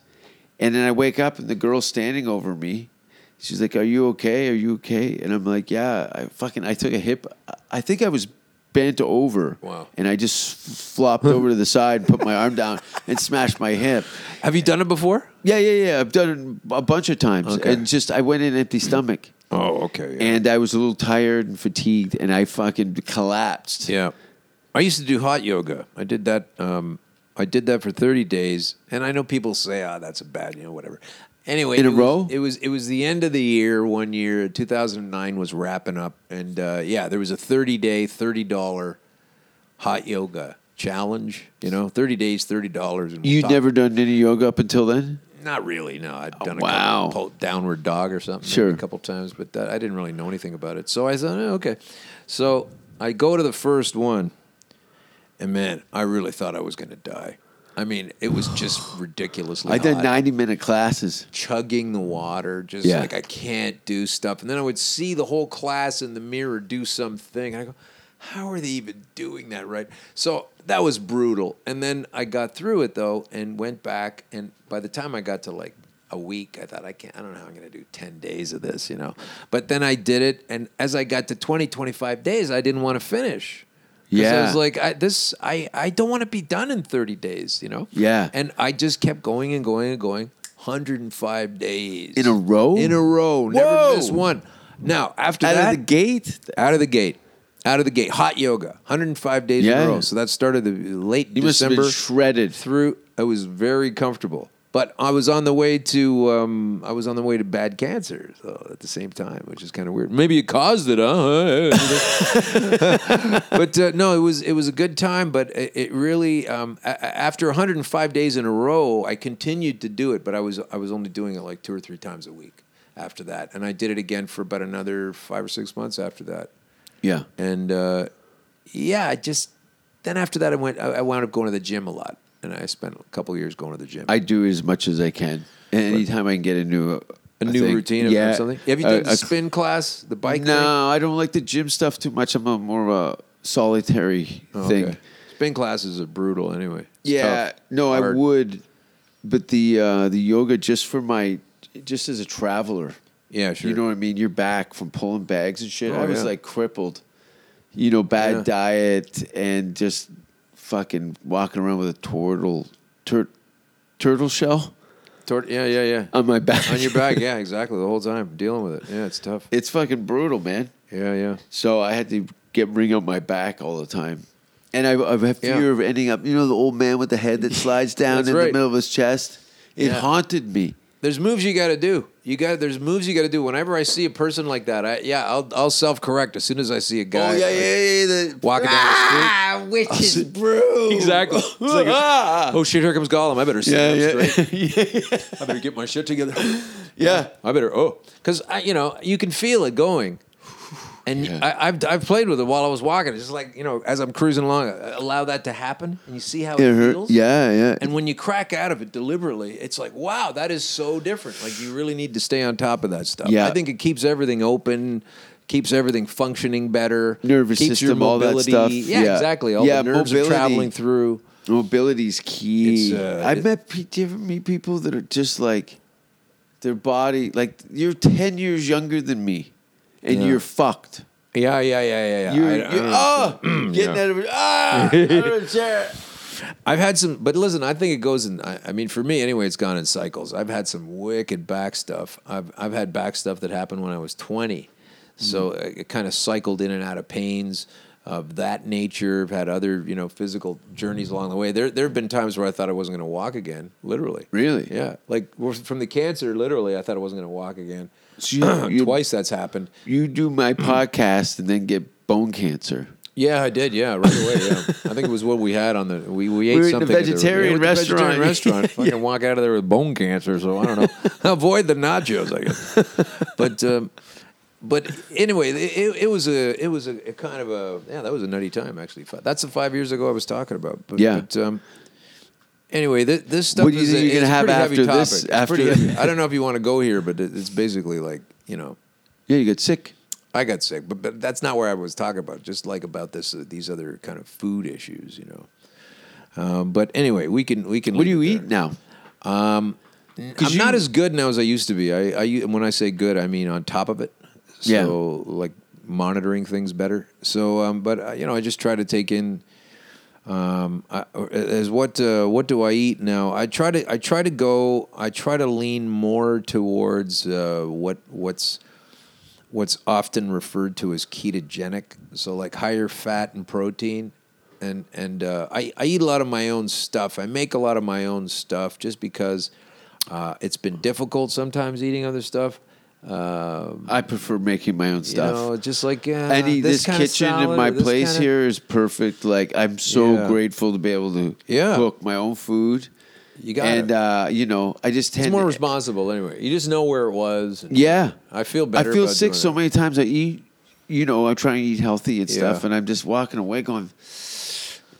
[SPEAKER 2] And then I wake up and the girl's standing over me. She's like, Are you okay? Are you okay? And I'm like, Yeah, I fucking, I took a hip. I think I was bent over.
[SPEAKER 3] Wow.
[SPEAKER 2] And I just flopped over to the side, put my arm down, and smashed my hip.
[SPEAKER 3] Have you done it before?
[SPEAKER 2] Yeah, yeah, yeah. I've done it a bunch of times.
[SPEAKER 3] Okay.
[SPEAKER 2] And just, I went in empty stomach.
[SPEAKER 3] Oh, okay. Yeah.
[SPEAKER 2] And I was a little tired and fatigued, and I fucking collapsed.
[SPEAKER 3] yeah. I used to do hot yoga. I did that. Um, I did that for thirty days, and I know people say, "Ah, that's a bad," you know, whatever. Anyway,
[SPEAKER 2] In a
[SPEAKER 3] it was-
[SPEAKER 2] row?
[SPEAKER 3] it was it was the end of the year. One year, two thousand nine was wrapping up, and uh, yeah, there was a thirty day, thirty dollar hot yoga challenge. You know, thirty days, thirty dollars.
[SPEAKER 2] You'd never done any yoga up until then?
[SPEAKER 3] Not really. No, I'd done a
[SPEAKER 2] wow.
[SPEAKER 3] couple po- downward dog or something maybe
[SPEAKER 2] Sure.
[SPEAKER 3] a couple times, but that, I didn't really know anything about it. So I said, "Oh, okay. So I go to the first one, and man, I really thought I was going to die. I mean, it was just ridiculously.
[SPEAKER 2] I did
[SPEAKER 3] hot.
[SPEAKER 2] 90 minute classes.
[SPEAKER 3] chugging the water, just
[SPEAKER 2] Yeah.
[SPEAKER 3] like I can't do stuff. And then I would see the whole class in the mirror do something. And I go, how are they even doing that right? So that was brutal. And then I got through it though and went back. And by the time I got to like a week, I thought, I can't, I don't know how I'm going to do 10 days of this, you know. But then I did it. And as I got to 20, 25 days, I didn't want to finish. 'Cause I
[SPEAKER 2] Yeah.
[SPEAKER 3] was like, I, this, I, I don't want to be done in 30 days, you know?
[SPEAKER 2] Yeah.
[SPEAKER 3] And I just kept going and going and going. 105 days.
[SPEAKER 2] In a row?
[SPEAKER 3] In a row.
[SPEAKER 2] Whoa!
[SPEAKER 3] Never missed one. Now, after
[SPEAKER 2] Out
[SPEAKER 3] that,
[SPEAKER 2] of the gate?
[SPEAKER 3] out of the gate. Out of the gate. Hot yoga. 105 days in
[SPEAKER 2] Yeah.
[SPEAKER 3] a row. So that started the late
[SPEAKER 2] You must have
[SPEAKER 3] December
[SPEAKER 2] been shredded.
[SPEAKER 3] through. I was very comfortable. But I was on the way to um, I was on the way to bad cancer so at the same time, which is kind of weird. Maybe it caused it, huh? but uh, no, it was it was a good time. But it, it really um, a- a- after 105 days in a row, I continued to do it. But I was I was only doing it like two or three times a week after that, and I did it again for about another five or six months after that.
[SPEAKER 2] Yeah.
[SPEAKER 3] And uh, yeah, I just then after that, I went I, I wound up going to the gym a lot, and I spent a couple years going to the gym.
[SPEAKER 2] I do as much as I can. And anytime I can get a new
[SPEAKER 3] a new
[SPEAKER 2] thing-
[SPEAKER 3] routine of-
[SPEAKER 2] yeah.
[SPEAKER 3] or something. Have you
[SPEAKER 2] A-
[SPEAKER 3] done the
[SPEAKER 2] a-
[SPEAKER 3] spin class, the bike?
[SPEAKER 2] No, I don't like the gym stuff too much. I'm a more of a solitary
[SPEAKER 3] thing? Oh,
[SPEAKER 2] thing.
[SPEAKER 3] okay. Spin classes are brutal anyway. It's
[SPEAKER 2] Yeah,
[SPEAKER 3] tough,
[SPEAKER 2] no,
[SPEAKER 3] hard.
[SPEAKER 2] I would, but the uh, the yoga just for my just as a traveler.
[SPEAKER 3] Yeah, sure.
[SPEAKER 2] You know what I mean? You're back from pulling bags and shit.
[SPEAKER 3] Oh,
[SPEAKER 2] I was
[SPEAKER 3] yeah.
[SPEAKER 2] like crippled. You know, bad
[SPEAKER 3] Yeah.
[SPEAKER 2] diet and just fucking walking around with a turtle tur- turtle shell
[SPEAKER 3] Tort- yeah, yeah, yeah.
[SPEAKER 2] on my back.
[SPEAKER 3] on your back. Yeah, exactly. The whole time dealing with it. Yeah, it's tough.
[SPEAKER 2] it's fucking brutal, man.
[SPEAKER 3] Yeah, yeah.
[SPEAKER 2] So I had to get ring up my back all the time. And I, I have fear
[SPEAKER 3] Yeah.
[SPEAKER 2] of ending up, you know, the old man with the head that slides down
[SPEAKER 3] That's
[SPEAKER 2] in
[SPEAKER 3] right.
[SPEAKER 2] the middle of his chest. It
[SPEAKER 3] Yeah.
[SPEAKER 2] haunted me.
[SPEAKER 3] There's moves you got to do. You got there's moves you got to do. Whenever I see a person like that, I yeah, I'll I'll self correct as soon as I see a guy.
[SPEAKER 2] oh yeah,
[SPEAKER 3] like,
[SPEAKER 2] yeah, yeah. The,
[SPEAKER 3] Walking down the street.
[SPEAKER 1] Ah, witches
[SPEAKER 2] brew.
[SPEAKER 3] Exactly. It's like,
[SPEAKER 2] ah.
[SPEAKER 3] Oh shit! Here comes Gollum. I better sit
[SPEAKER 2] Yeah,
[SPEAKER 3] up
[SPEAKER 2] yeah.
[SPEAKER 3] straight. I better get my shit together.
[SPEAKER 2] Yeah.
[SPEAKER 3] I better oh, because I you know you can feel it going, and
[SPEAKER 2] Yeah.
[SPEAKER 3] I, I've I've played with it while I was walking. It's just like you know as I'm cruising along, I allow that to happen, and you see how it,
[SPEAKER 2] It hurt.
[SPEAKER 3] feels.
[SPEAKER 2] Yeah, yeah.
[SPEAKER 3] And when you crack out of it deliberately, it's like, wow, that is so different. Like you really need to stay on top of that stuff.
[SPEAKER 2] Yeah.
[SPEAKER 3] I think it keeps everything open, keeps everything functioning better.
[SPEAKER 2] Nervous
[SPEAKER 3] keeps your
[SPEAKER 2] system, all that
[SPEAKER 3] mobility-
[SPEAKER 2] stuff.
[SPEAKER 3] Yeah,
[SPEAKER 2] Yeah.
[SPEAKER 3] exactly. All
[SPEAKER 2] Yeah,
[SPEAKER 3] the nerves are
[SPEAKER 2] mobility.
[SPEAKER 3] traveling through.
[SPEAKER 2] Mobility's
[SPEAKER 3] It's,
[SPEAKER 2] key.
[SPEAKER 3] uh,
[SPEAKER 2] I've
[SPEAKER 3] it-
[SPEAKER 2] met pe- do you ever meet people that are just like their body like you're ten years younger than me and
[SPEAKER 3] Yeah.
[SPEAKER 2] you're fucked.
[SPEAKER 3] Yeah, yeah, yeah, yeah, yeah.
[SPEAKER 2] You're,
[SPEAKER 3] I- uh, I
[SPEAKER 2] you're
[SPEAKER 3] don't know.
[SPEAKER 2] oh, getting out of a ah, out of a chair.
[SPEAKER 3] I've had some, but listen, I think it goes in. I, I mean, for me anyway, it's gone in cycles. I've had some wicked back stuff. I've I've had back stuff that happened when I was twenty, so
[SPEAKER 2] Mm.
[SPEAKER 3] uh, it, it kind of cycled in and out of pains of that nature. I've had other you know physical journeys
[SPEAKER 2] Mm.
[SPEAKER 3] along the way. There there have been times where I thought I wasn't going to walk again, literally.
[SPEAKER 2] Really?
[SPEAKER 3] Yeah. Like well, from the cancer, literally, I thought I wasn't going to walk again.
[SPEAKER 2] So you, you,
[SPEAKER 3] Twice that's happened.
[SPEAKER 2] you do my podcast and then get bone cancer.
[SPEAKER 3] Yeah, I did. Yeah, right away. Yeah, I think it was what we had on the we we ate
[SPEAKER 2] were in a
[SPEAKER 3] something. at the-
[SPEAKER 2] vegetarian
[SPEAKER 3] we were at the
[SPEAKER 2] restaurant.
[SPEAKER 3] Vegetarian restaurant. Fucking walk out of there with bone cancer. So I don't know. Avoid the nachos, I guess. But um, but anyway, it, it- it was a it was a, a kind of a yeah that was a nutty time actually. Fi- That's the five years ago I was talking about. But,
[SPEAKER 2] Yeah.
[SPEAKER 3] But, um, anyway, this, this stuff.
[SPEAKER 2] What do you
[SPEAKER 3] is
[SPEAKER 2] think
[SPEAKER 3] a-
[SPEAKER 2] you're gonna
[SPEAKER 3] it's a
[SPEAKER 2] have
[SPEAKER 3] pretty heavy
[SPEAKER 2] after this-
[SPEAKER 3] topic. It's
[SPEAKER 2] after
[SPEAKER 3] pretty
[SPEAKER 2] this?
[SPEAKER 3] heavy. I don't know if you want to go here, but it- it's basically like you know.
[SPEAKER 2] Yeah, you get sick.
[SPEAKER 3] I got sick, but, but that's not where I was talking about. Just like about this, uh, these other kind of food issues, you know. Um, but anyway, we can we can.
[SPEAKER 2] What do you
[SPEAKER 3] leave it
[SPEAKER 2] eat
[SPEAKER 3] there.
[SPEAKER 2] now?
[SPEAKER 3] I'm not
[SPEAKER 2] you-
[SPEAKER 3] as good now as I used to be. I, I u- when I say good, I mean on top of it. So
[SPEAKER 2] Yeah.
[SPEAKER 3] like monitoring things better. So, um, but uh, you know, I just try to take in. Um, I, as what uh, what do I eat now? I try to I try to go. I try to lean more towards uh, what what's what's often referred to as ketogenic, so like higher fat and protein. And and uh, I I eat a lot of my own stuff. I make a lot of my own stuff just because uh, it's been difficult sometimes eating other stuff. Uh,
[SPEAKER 2] I prefer making my own
[SPEAKER 3] You
[SPEAKER 2] stuff.
[SPEAKER 3] know, just like uh,
[SPEAKER 2] Any this,
[SPEAKER 3] kinda
[SPEAKER 2] kitchen
[SPEAKER 3] salad
[SPEAKER 2] in my
[SPEAKER 3] or this
[SPEAKER 2] place
[SPEAKER 3] kinda-
[SPEAKER 2] here is perfect. Like I'm so
[SPEAKER 3] Yeah.
[SPEAKER 2] grateful to be able to
[SPEAKER 3] Yeah.
[SPEAKER 2] cook my own food.
[SPEAKER 3] You got
[SPEAKER 2] and
[SPEAKER 3] it.
[SPEAKER 2] uh, you know, I just tend
[SPEAKER 3] It's more
[SPEAKER 2] to-
[SPEAKER 3] responsible anyway. You just know where it was. and-
[SPEAKER 2] Yeah,
[SPEAKER 3] I feel better.
[SPEAKER 2] I feel
[SPEAKER 3] about
[SPEAKER 2] sick
[SPEAKER 3] doing
[SPEAKER 2] so
[SPEAKER 3] that.
[SPEAKER 2] many times. I eat, you know, I'm trying to eat healthy and stuff,
[SPEAKER 3] Yeah.
[SPEAKER 2] and I'm just walking away going,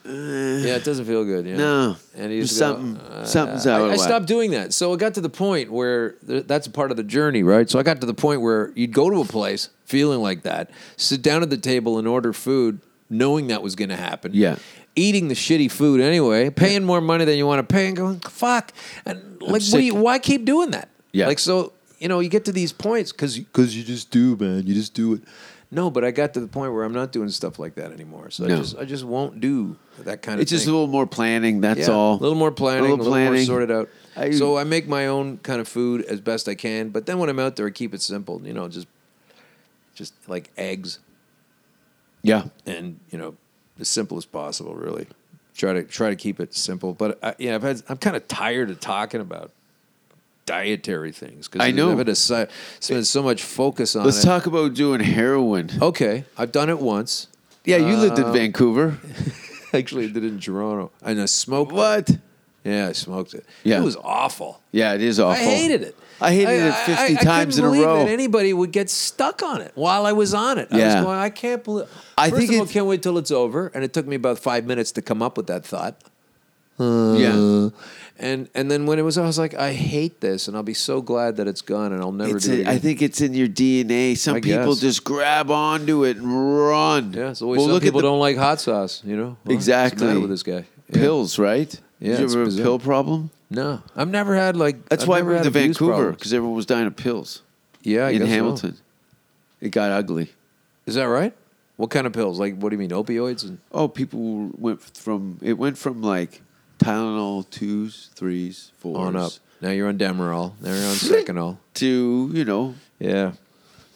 [SPEAKER 3] Yeah, it doesn't feel good. Yeah.
[SPEAKER 2] No.
[SPEAKER 3] and you
[SPEAKER 2] There's
[SPEAKER 3] just go,
[SPEAKER 2] something-
[SPEAKER 3] uh,
[SPEAKER 2] something's
[SPEAKER 3] I,
[SPEAKER 2] out of
[SPEAKER 3] I
[SPEAKER 2] whack.
[SPEAKER 3] stopped doing that, so it got to the point where th- that's a part of the journey, right? So I got to the point where you'd go to a place feeling like that, sit down at the table and order food, knowing that was going to happen.
[SPEAKER 2] Yeah.
[SPEAKER 3] Eating the shitty food anyway, paying more money than you want to pay, and going fuck, and like, what do
[SPEAKER 2] sick.
[SPEAKER 3] you, why keep doing that?
[SPEAKER 2] Yeah.
[SPEAKER 3] like so you know you get to these points because because you just do, man, you just do it. No, but I got to the point where I'm not doing stuff like that anymore. So I
[SPEAKER 2] No.
[SPEAKER 3] just I just won't do that kind of.
[SPEAKER 2] it's just a
[SPEAKER 3] thing.
[SPEAKER 2] little more planning. That's
[SPEAKER 3] Yeah,
[SPEAKER 2] all.
[SPEAKER 3] A little more planning, a little, more sorted out.
[SPEAKER 2] I-
[SPEAKER 3] so I make my own kind of food as best I can, but then when I'm out there, I keep it simple. You know, just just like eggs
[SPEAKER 2] Yeah,
[SPEAKER 3] and you know, as simple as possible. Really, try to try to keep it simple. But I, yeah, I've had I'm kind of tired of talking about dietary things because
[SPEAKER 2] I know.
[SPEAKER 3] I've had to si- spend so much focus on.
[SPEAKER 2] let's
[SPEAKER 3] it.
[SPEAKER 2] talk about doing heroin.
[SPEAKER 3] Okay, I've done it once.
[SPEAKER 2] Yeah, you lived
[SPEAKER 3] Uh,
[SPEAKER 2] in Vancouver.
[SPEAKER 3] Actually, I did it in Toronto, and I smoked. it.
[SPEAKER 2] What?
[SPEAKER 3] Yeah, I smoked it.
[SPEAKER 2] Yeah.
[SPEAKER 3] it was awful.
[SPEAKER 2] Yeah, it is awful.
[SPEAKER 3] I hated it.
[SPEAKER 2] I hated it 50
[SPEAKER 3] I
[SPEAKER 2] times in
[SPEAKER 3] couldn't
[SPEAKER 2] a
[SPEAKER 3] believe
[SPEAKER 2] row.
[SPEAKER 3] That anybody would get stuck on it while I was on it. I
[SPEAKER 2] Yeah.
[SPEAKER 3] was going, I can't believe.
[SPEAKER 2] I
[SPEAKER 3] First
[SPEAKER 2] think
[SPEAKER 3] of all,
[SPEAKER 2] it-
[SPEAKER 3] can't wait till it's over, and it took me about five minutes to come up with that thought.
[SPEAKER 2] Hmm.
[SPEAKER 3] Uh,
[SPEAKER 2] yeah,
[SPEAKER 3] And and then when it was, I was like, I hate this, and I'll be so glad that it's gone, and I'll never
[SPEAKER 2] it's
[SPEAKER 3] do it.
[SPEAKER 2] a,
[SPEAKER 3] Again.
[SPEAKER 2] I think it's in your DNA. Some
[SPEAKER 3] I
[SPEAKER 2] people
[SPEAKER 3] guess.
[SPEAKER 2] just grab onto it and run.
[SPEAKER 3] yeah. It's always some
[SPEAKER 2] look at
[SPEAKER 3] people
[SPEAKER 2] the
[SPEAKER 3] don't like hot sauce. You know Well, What's
[SPEAKER 2] exactly
[SPEAKER 3] the matter with this guy? Yeah.
[SPEAKER 2] pills, right?
[SPEAKER 3] Yeah,
[SPEAKER 2] Did you
[SPEAKER 3] it's
[SPEAKER 2] ever have a
[SPEAKER 3] bizarre.
[SPEAKER 2] pill problem?
[SPEAKER 3] No, I've never had like.
[SPEAKER 2] That's
[SPEAKER 3] I've
[SPEAKER 2] why I
[SPEAKER 3] never
[SPEAKER 2] moved
[SPEAKER 3] had
[SPEAKER 2] to
[SPEAKER 3] abuse
[SPEAKER 2] Vancouver
[SPEAKER 3] problems.
[SPEAKER 2] because everyone was dying of pills
[SPEAKER 3] Yeah, I
[SPEAKER 2] in
[SPEAKER 3] guess so.
[SPEAKER 2] Hamilton. It got ugly.
[SPEAKER 3] Is that right? What kind of pills? Like, what do you mean, opioids? And
[SPEAKER 2] Oh, people went from it went from like Tylenol twos, threes, fours
[SPEAKER 3] on up. Now you're on Demerol. Now you're on Seconol.
[SPEAKER 2] to you know
[SPEAKER 3] Yeah.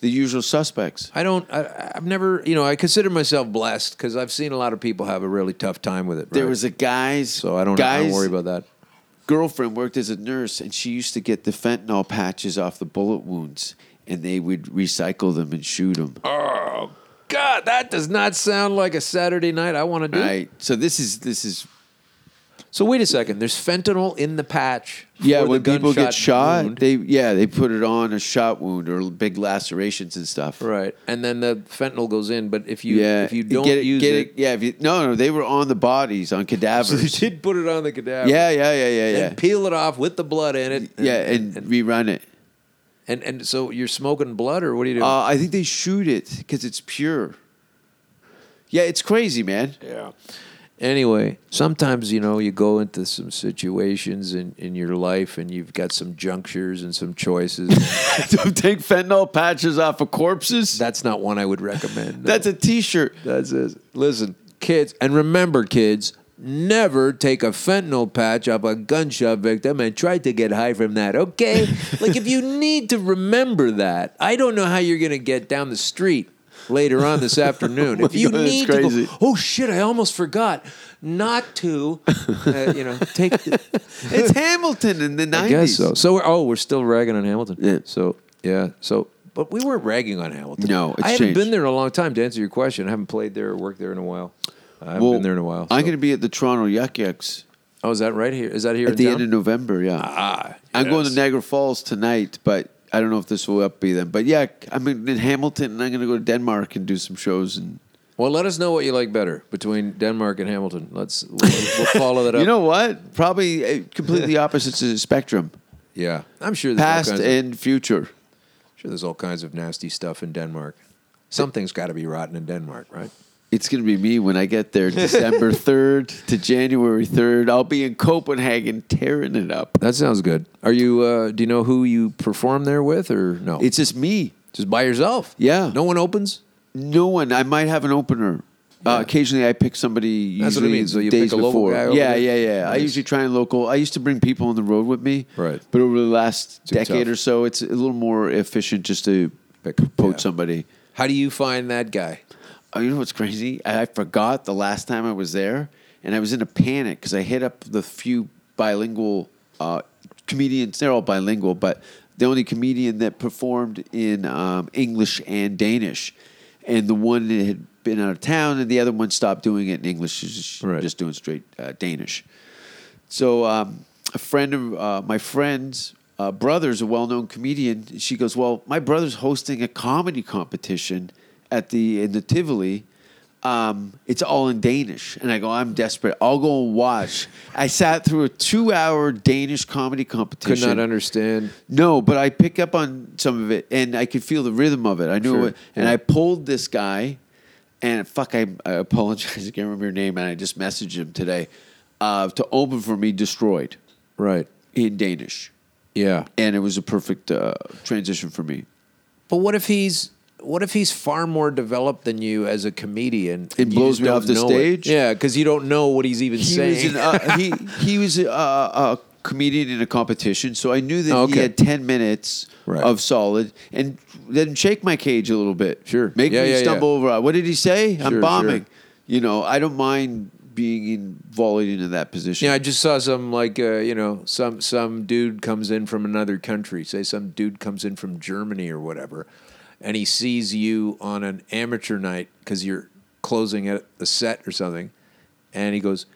[SPEAKER 2] the usual suspects.
[SPEAKER 3] I don't. I, I've never. You know, I consider myself blessed because I've seen a lot of people have a really tough time with it.
[SPEAKER 2] There
[SPEAKER 3] right?
[SPEAKER 2] was a guy's
[SPEAKER 3] so I don't. I
[SPEAKER 2] guy's
[SPEAKER 3] don't worry about that.
[SPEAKER 2] girlfriend worked as a nurse and she used to get the fentanyl patches off the bullet wounds and they would recycle them and shoot them.
[SPEAKER 3] Oh God, that does not sound like a Saturday night I want to do.
[SPEAKER 2] Right. So this is this is
[SPEAKER 3] So wait a second. There's fentanyl in the patch.
[SPEAKER 2] yeah.
[SPEAKER 3] for the
[SPEAKER 2] When people get
[SPEAKER 3] gunshot
[SPEAKER 2] shot,
[SPEAKER 3] wound.
[SPEAKER 2] they yeah they put it on a shot wound or big lacerations and stuff.
[SPEAKER 3] right, and then the fentanyl goes in. But if you
[SPEAKER 2] yeah.
[SPEAKER 3] if you don't
[SPEAKER 2] get it,
[SPEAKER 3] use
[SPEAKER 2] get
[SPEAKER 3] it,
[SPEAKER 2] yeah. If you, no, no, they were on the bodies on
[SPEAKER 3] so you
[SPEAKER 2] cadavers.
[SPEAKER 3] did put it on the cadaver.
[SPEAKER 2] yeah, yeah, yeah, yeah, yeah.
[SPEAKER 3] And peel it off with the blood in it.
[SPEAKER 2] yeah, and, rerun it.
[SPEAKER 3] and, and so you're smoking blood, or what do you do?
[SPEAKER 2] Uh, I think they shoot it because it's pure. Yeah, it's crazy, man.
[SPEAKER 3] Yeah. Anyway, sometimes you know you go into some situations in, in your life and you've got some junctures and some choices.
[SPEAKER 2] Don't take fentanyl patches off of corpses.
[SPEAKER 3] That's not one I would recommend. no.
[SPEAKER 2] That's a T-shirt.
[SPEAKER 3] that's it. Listen, kids, and remember, kids, never take a fentanyl patch off a gunshot victim and try to get high from that. Okay, like if you need to remember that, I don't know how you're gonna get down the street later on this afternoon. if you
[SPEAKER 2] God, that's
[SPEAKER 3] need to, go,
[SPEAKER 2] crazy.
[SPEAKER 3] oh shit, I almost forgot not to, uh, you know, take.
[SPEAKER 2] It's Hamilton in the nineties.
[SPEAKER 3] I guess so. So we're, oh, we're still ragging on Hamilton.
[SPEAKER 2] Yeah.
[SPEAKER 3] So yeah. So But we weren't ragging on Hamilton.
[SPEAKER 2] No, it's
[SPEAKER 3] I haven't
[SPEAKER 2] changed.
[SPEAKER 3] been there in a long time. To answer your question, I haven't played there or worked there in a while. I haven't been there in a while.
[SPEAKER 2] I'm
[SPEAKER 3] so-
[SPEAKER 2] going to be at the Toronto Yuck Yucks
[SPEAKER 3] oh, is that right here? Is that here
[SPEAKER 2] at
[SPEAKER 3] in
[SPEAKER 2] the
[SPEAKER 3] town?
[SPEAKER 2] end of November. Yeah,
[SPEAKER 3] ah,
[SPEAKER 2] I'm going to
[SPEAKER 3] yes.
[SPEAKER 2] Niagara Falls tonight, but I don't know if this will up be then. But yeah, I'm in in Hamilton, and I'm going to go to Denmark and do some shows. And
[SPEAKER 3] Well, let us know what you like better between Denmark and Hamilton. Let's we'll, we'll follow that up.
[SPEAKER 2] you know what? Probably uh, completely opposites of the spectrum,
[SPEAKER 3] yeah, I'm sure there's
[SPEAKER 2] past
[SPEAKER 3] all kinds of,
[SPEAKER 2] and future.
[SPEAKER 3] sure there's all kinds of nasty stuff in Denmark. Something's got to be rotten in Denmark, right?
[SPEAKER 2] It's going to be me when I get there, December third to January third. I'll be in Copenhagen tearing it up.
[SPEAKER 3] That sounds good. Are you? Uh, do you know who you perform there with, or no?
[SPEAKER 2] It's just me.
[SPEAKER 3] just by yourself.
[SPEAKER 2] Yeah.
[SPEAKER 3] No one opens.
[SPEAKER 2] No one. I might have an opener. Uh, occasionally, I pick somebody.
[SPEAKER 3] That's what I
[SPEAKER 2] usually
[SPEAKER 3] mean. So you
[SPEAKER 2] days
[SPEAKER 3] pick a local
[SPEAKER 2] before.
[SPEAKER 3] guy over
[SPEAKER 2] yeah,
[SPEAKER 3] there?
[SPEAKER 2] yeah, yeah, I
[SPEAKER 3] Nice.
[SPEAKER 2] usually try and local. I used to bring people on the road with me.
[SPEAKER 3] Right.
[SPEAKER 2] But over the last
[SPEAKER 3] Too
[SPEAKER 2] decade
[SPEAKER 3] tough.
[SPEAKER 2] or so, it's a little more efficient just to
[SPEAKER 3] Pick-
[SPEAKER 2] poach
[SPEAKER 3] yeah.
[SPEAKER 2] somebody.
[SPEAKER 3] How do you find that guy?
[SPEAKER 2] Oh, you know what's crazy? I, I forgot the last time I was there, and I was in a panic because I hit up the few bilingual uh, comedians. They're all bilingual, but the only comedian that performed in um, English and Danish, and the one that had been out of town, and the other one stopped doing it in English, she's just,
[SPEAKER 3] Right.
[SPEAKER 2] just doing straight uh, Danish. So um, a friend of uh, my friend's uh, brother's a well-known comedian. She goes, "Well, my brother's hosting a comedy competition at the in the Tivoli. Um, it's all in Danish." And I go, "I'm desperate. I'll go and watch." I sat through a two-hour Danish comedy
[SPEAKER 3] Could
[SPEAKER 2] competition.
[SPEAKER 3] not understand.
[SPEAKER 2] No, but I pick up on some of it, and I could feel the rhythm of it. I knew
[SPEAKER 3] Sure,
[SPEAKER 2] it, and
[SPEAKER 3] yeah.
[SPEAKER 2] I pulled this guy, and fuck, I, I apologize. I can't remember your name, and I just messaged him today uh, to open for me. Destroyed
[SPEAKER 3] Right.
[SPEAKER 2] in Danish,
[SPEAKER 3] Yeah.
[SPEAKER 2] and it was a perfect uh, transition for me.
[SPEAKER 3] But what if he's what if he's far more developed than you as a comedian?
[SPEAKER 2] It
[SPEAKER 3] and you
[SPEAKER 2] blows
[SPEAKER 3] just
[SPEAKER 2] me
[SPEAKER 3] don't
[SPEAKER 2] off the
[SPEAKER 3] know it?
[SPEAKER 2] stage?
[SPEAKER 3] Yeah, because you don't know what he's even
[SPEAKER 2] He was,
[SPEAKER 3] saying.
[SPEAKER 2] an, uh, he, he was a, a comedian in a competition, so I knew that he
[SPEAKER 3] Okay.
[SPEAKER 2] had 10 minutes
[SPEAKER 3] Right.
[SPEAKER 2] of solid and then shake my cage a little bit.
[SPEAKER 3] Sure.
[SPEAKER 2] Make
[SPEAKER 3] Yeah,
[SPEAKER 2] me
[SPEAKER 3] yeah,
[SPEAKER 2] stumble over. What did he say?
[SPEAKER 3] Sure,
[SPEAKER 2] I'm
[SPEAKER 3] sure.
[SPEAKER 2] bombing. You know, I don't mind being in, volleyed into that position.
[SPEAKER 3] yeah, I just saw some like uh, you know some some dude comes in from another country. Say some dude comes in from Germany or whatever, and he sees you on an amateur night because you're closing at the set or something, and he goes,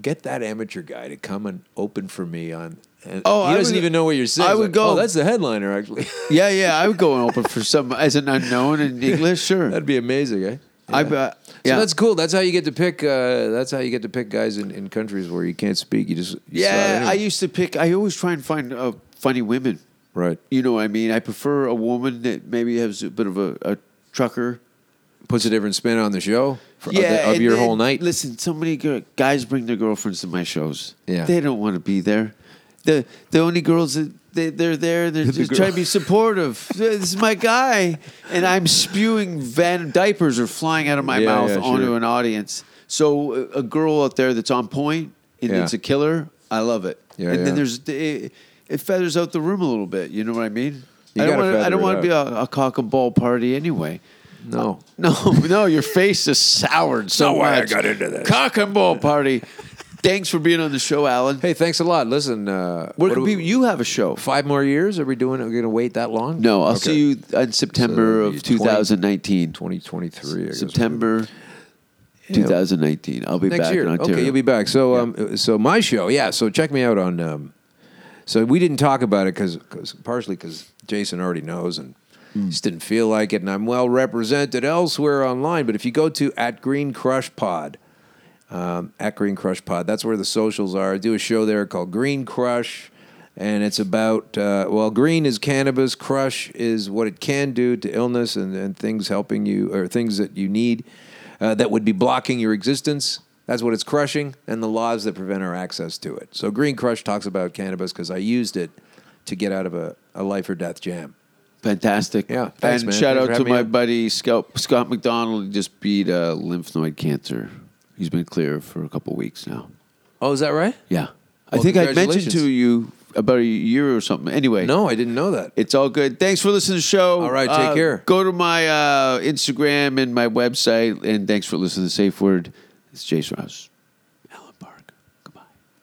[SPEAKER 3] "Get that amateur guy to come and open for me on." And
[SPEAKER 2] Oh,
[SPEAKER 3] he
[SPEAKER 2] I
[SPEAKER 3] doesn't
[SPEAKER 2] would-
[SPEAKER 3] even know what you're saying.
[SPEAKER 2] I
[SPEAKER 3] He's
[SPEAKER 2] would
[SPEAKER 3] like,
[SPEAKER 2] go-
[SPEAKER 3] Oh, that's the headliner actually.
[SPEAKER 2] yeah, yeah, I would go and open for some as an unknown in English. Sure,
[SPEAKER 3] That'd be amazing, eh?
[SPEAKER 2] I uh,
[SPEAKER 3] So
[SPEAKER 2] yeah.
[SPEAKER 3] that's cool. That's how you get to pick. Uh, that's how you get to pick guys in, in countries where you can't speak. You just you slide
[SPEAKER 2] yeah.
[SPEAKER 3] in.
[SPEAKER 2] I used to pick. I always try and find uh, funny women.
[SPEAKER 3] right
[SPEAKER 2] You know what I mean? I prefer a woman that maybe has a bit of a, a trucker.
[SPEAKER 3] puts a different spin on the show for, of, the- of
[SPEAKER 2] and
[SPEAKER 3] your
[SPEAKER 2] then-
[SPEAKER 3] whole night.
[SPEAKER 2] Listen, so many gir- guys bring their girlfriends to my shows.
[SPEAKER 3] Yeah.
[SPEAKER 2] They don't want to be there. The the only girls that they, they're there, they're just
[SPEAKER 3] girl-
[SPEAKER 2] trying to be supportive. this is my guy. And I'm spewing van diapers are flying out of my
[SPEAKER 3] Yeah,
[SPEAKER 2] mouth
[SPEAKER 3] yeah,
[SPEAKER 2] onto
[SPEAKER 3] sure.
[SPEAKER 2] an audience. So a, a girl out there that's on point and
[SPEAKER 3] Yeah.
[SPEAKER 2] it's a killer, I love it.
[SPEAKER 3] Yeah,
[SPEAKER 2] and
[SPEAKER 3] yeah.
[SPEAKER 2] then there's it, it feathers out the room a little bit. You know what I mean?
[SPEAKER 3] You
[SPEAKER 2] I
[SPEAKER 3] gotta
[SPEAKER 2] don't wanna- I
[SPEAKER 3] feather
[SPEAKER 2] don't
[SPEAKER 3] it
[SPEAKER 2] want to
[SPEAKER 3] out.
[SPEAKER 2] be a, a cock and ball party anyway.
[SPEAKER 3] No,
[SPEAKER 2] No, no, your face is soured so
[SPEAKER 3] Not why I
[SPEAKER 2] much.
[SPEAKER 3] got into this.
[SPEAKER 2] cock and ball party. Thanks for being on the show, Alan.
[SPEAKER 3] hey, thanks a lot. Listen, uh,
[SPEAKER 2] Where
[SPEAKER 3] what
[SPEAKER 2] can
[SPEAKER 3] do we-
[SPEAKER 2] people- you have a show?
[SPEAKER 3] five more years? Are we doing? Are we going to wait that long?
[SPEAKER 2] No, I'll see you in September
[SPEAKER 3] So
[SPEAKER 2] of
[SPEAKER 3] it'll be
[SPEAKER 2] 2019.
[SPEAKER 3] Twenty twenty three.
[SPEAKER 2] September 2019. I'll be
[SPEAKER 3] next
[SPEAKER 2] back
[SPEAKER 3] year.
[SPEAKER 2] in Ontario.
[SPEAKER 3] Okay, you'll be back. So, um, so my show, yeah. So check me out on. Um, so we didn't talk about it because, partially because Jason already knows and
[SPEAKER 2] Hmm.
[SPEAKER 3] just didn't feel like it, and I'm well represented elsewhere online. But if you go to at Green Crush Pod, um, at Green Crush Pod, that's where the socials are. I do a show there called Green Crush. And it's about, uh, well, green is cannabis, crush is what it can do to illness and, and things helping you, or things that you need uh, that would be blocking your existence. That's what it's crushing, and the laws that prevent our access to it. So, Green Crush talks about cannabis because I used it to get out of a, a life or death jam.
[SPEAKER 2] Fantastic.
[SPEAKER 3] Yeah, thanks,
[SPEAKER 2] and
[SPEAKER 3] man. Thanks
[SPEAKER 2] shout
[SPEAKER 3] for
[SPEAKER 2] out to
[SPEAKER 3] having me
[SPEAKER 2] my
[SPEAKER 3] on.
[SPEAKER 2] buddy Scott, Scott McDonald. He just beat uh, lymph node cancer. He's been clear for a couple weeks now.
[SPEAKER 3] Oh, is that right?
[SPEAKER 2] Yeah. I
[SPEAKER 3] Well,
[SPEAKER 2] think I mentioned
[SPEAKER 3] congratulations.
[SPEAKER 2] to you about a year or something. Anyway.
[SPEAKER 3] No, I didn't know that.
[SPEAKER 2] It's all good. Thanks for listening to the show.
[SPEAKER 3] All right, take
[SPEAKER 2] Uh,
[SPEAKER 3] care.
[SPEAKER 2] Go to my uh, Instagram and my website, and thanks for listening to Safe Word. It's Jason Rouse, Alan Park. Goodbye.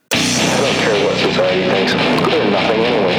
[SPEAKER 5] I don't care what society thinks. I'm good at nothing anyway.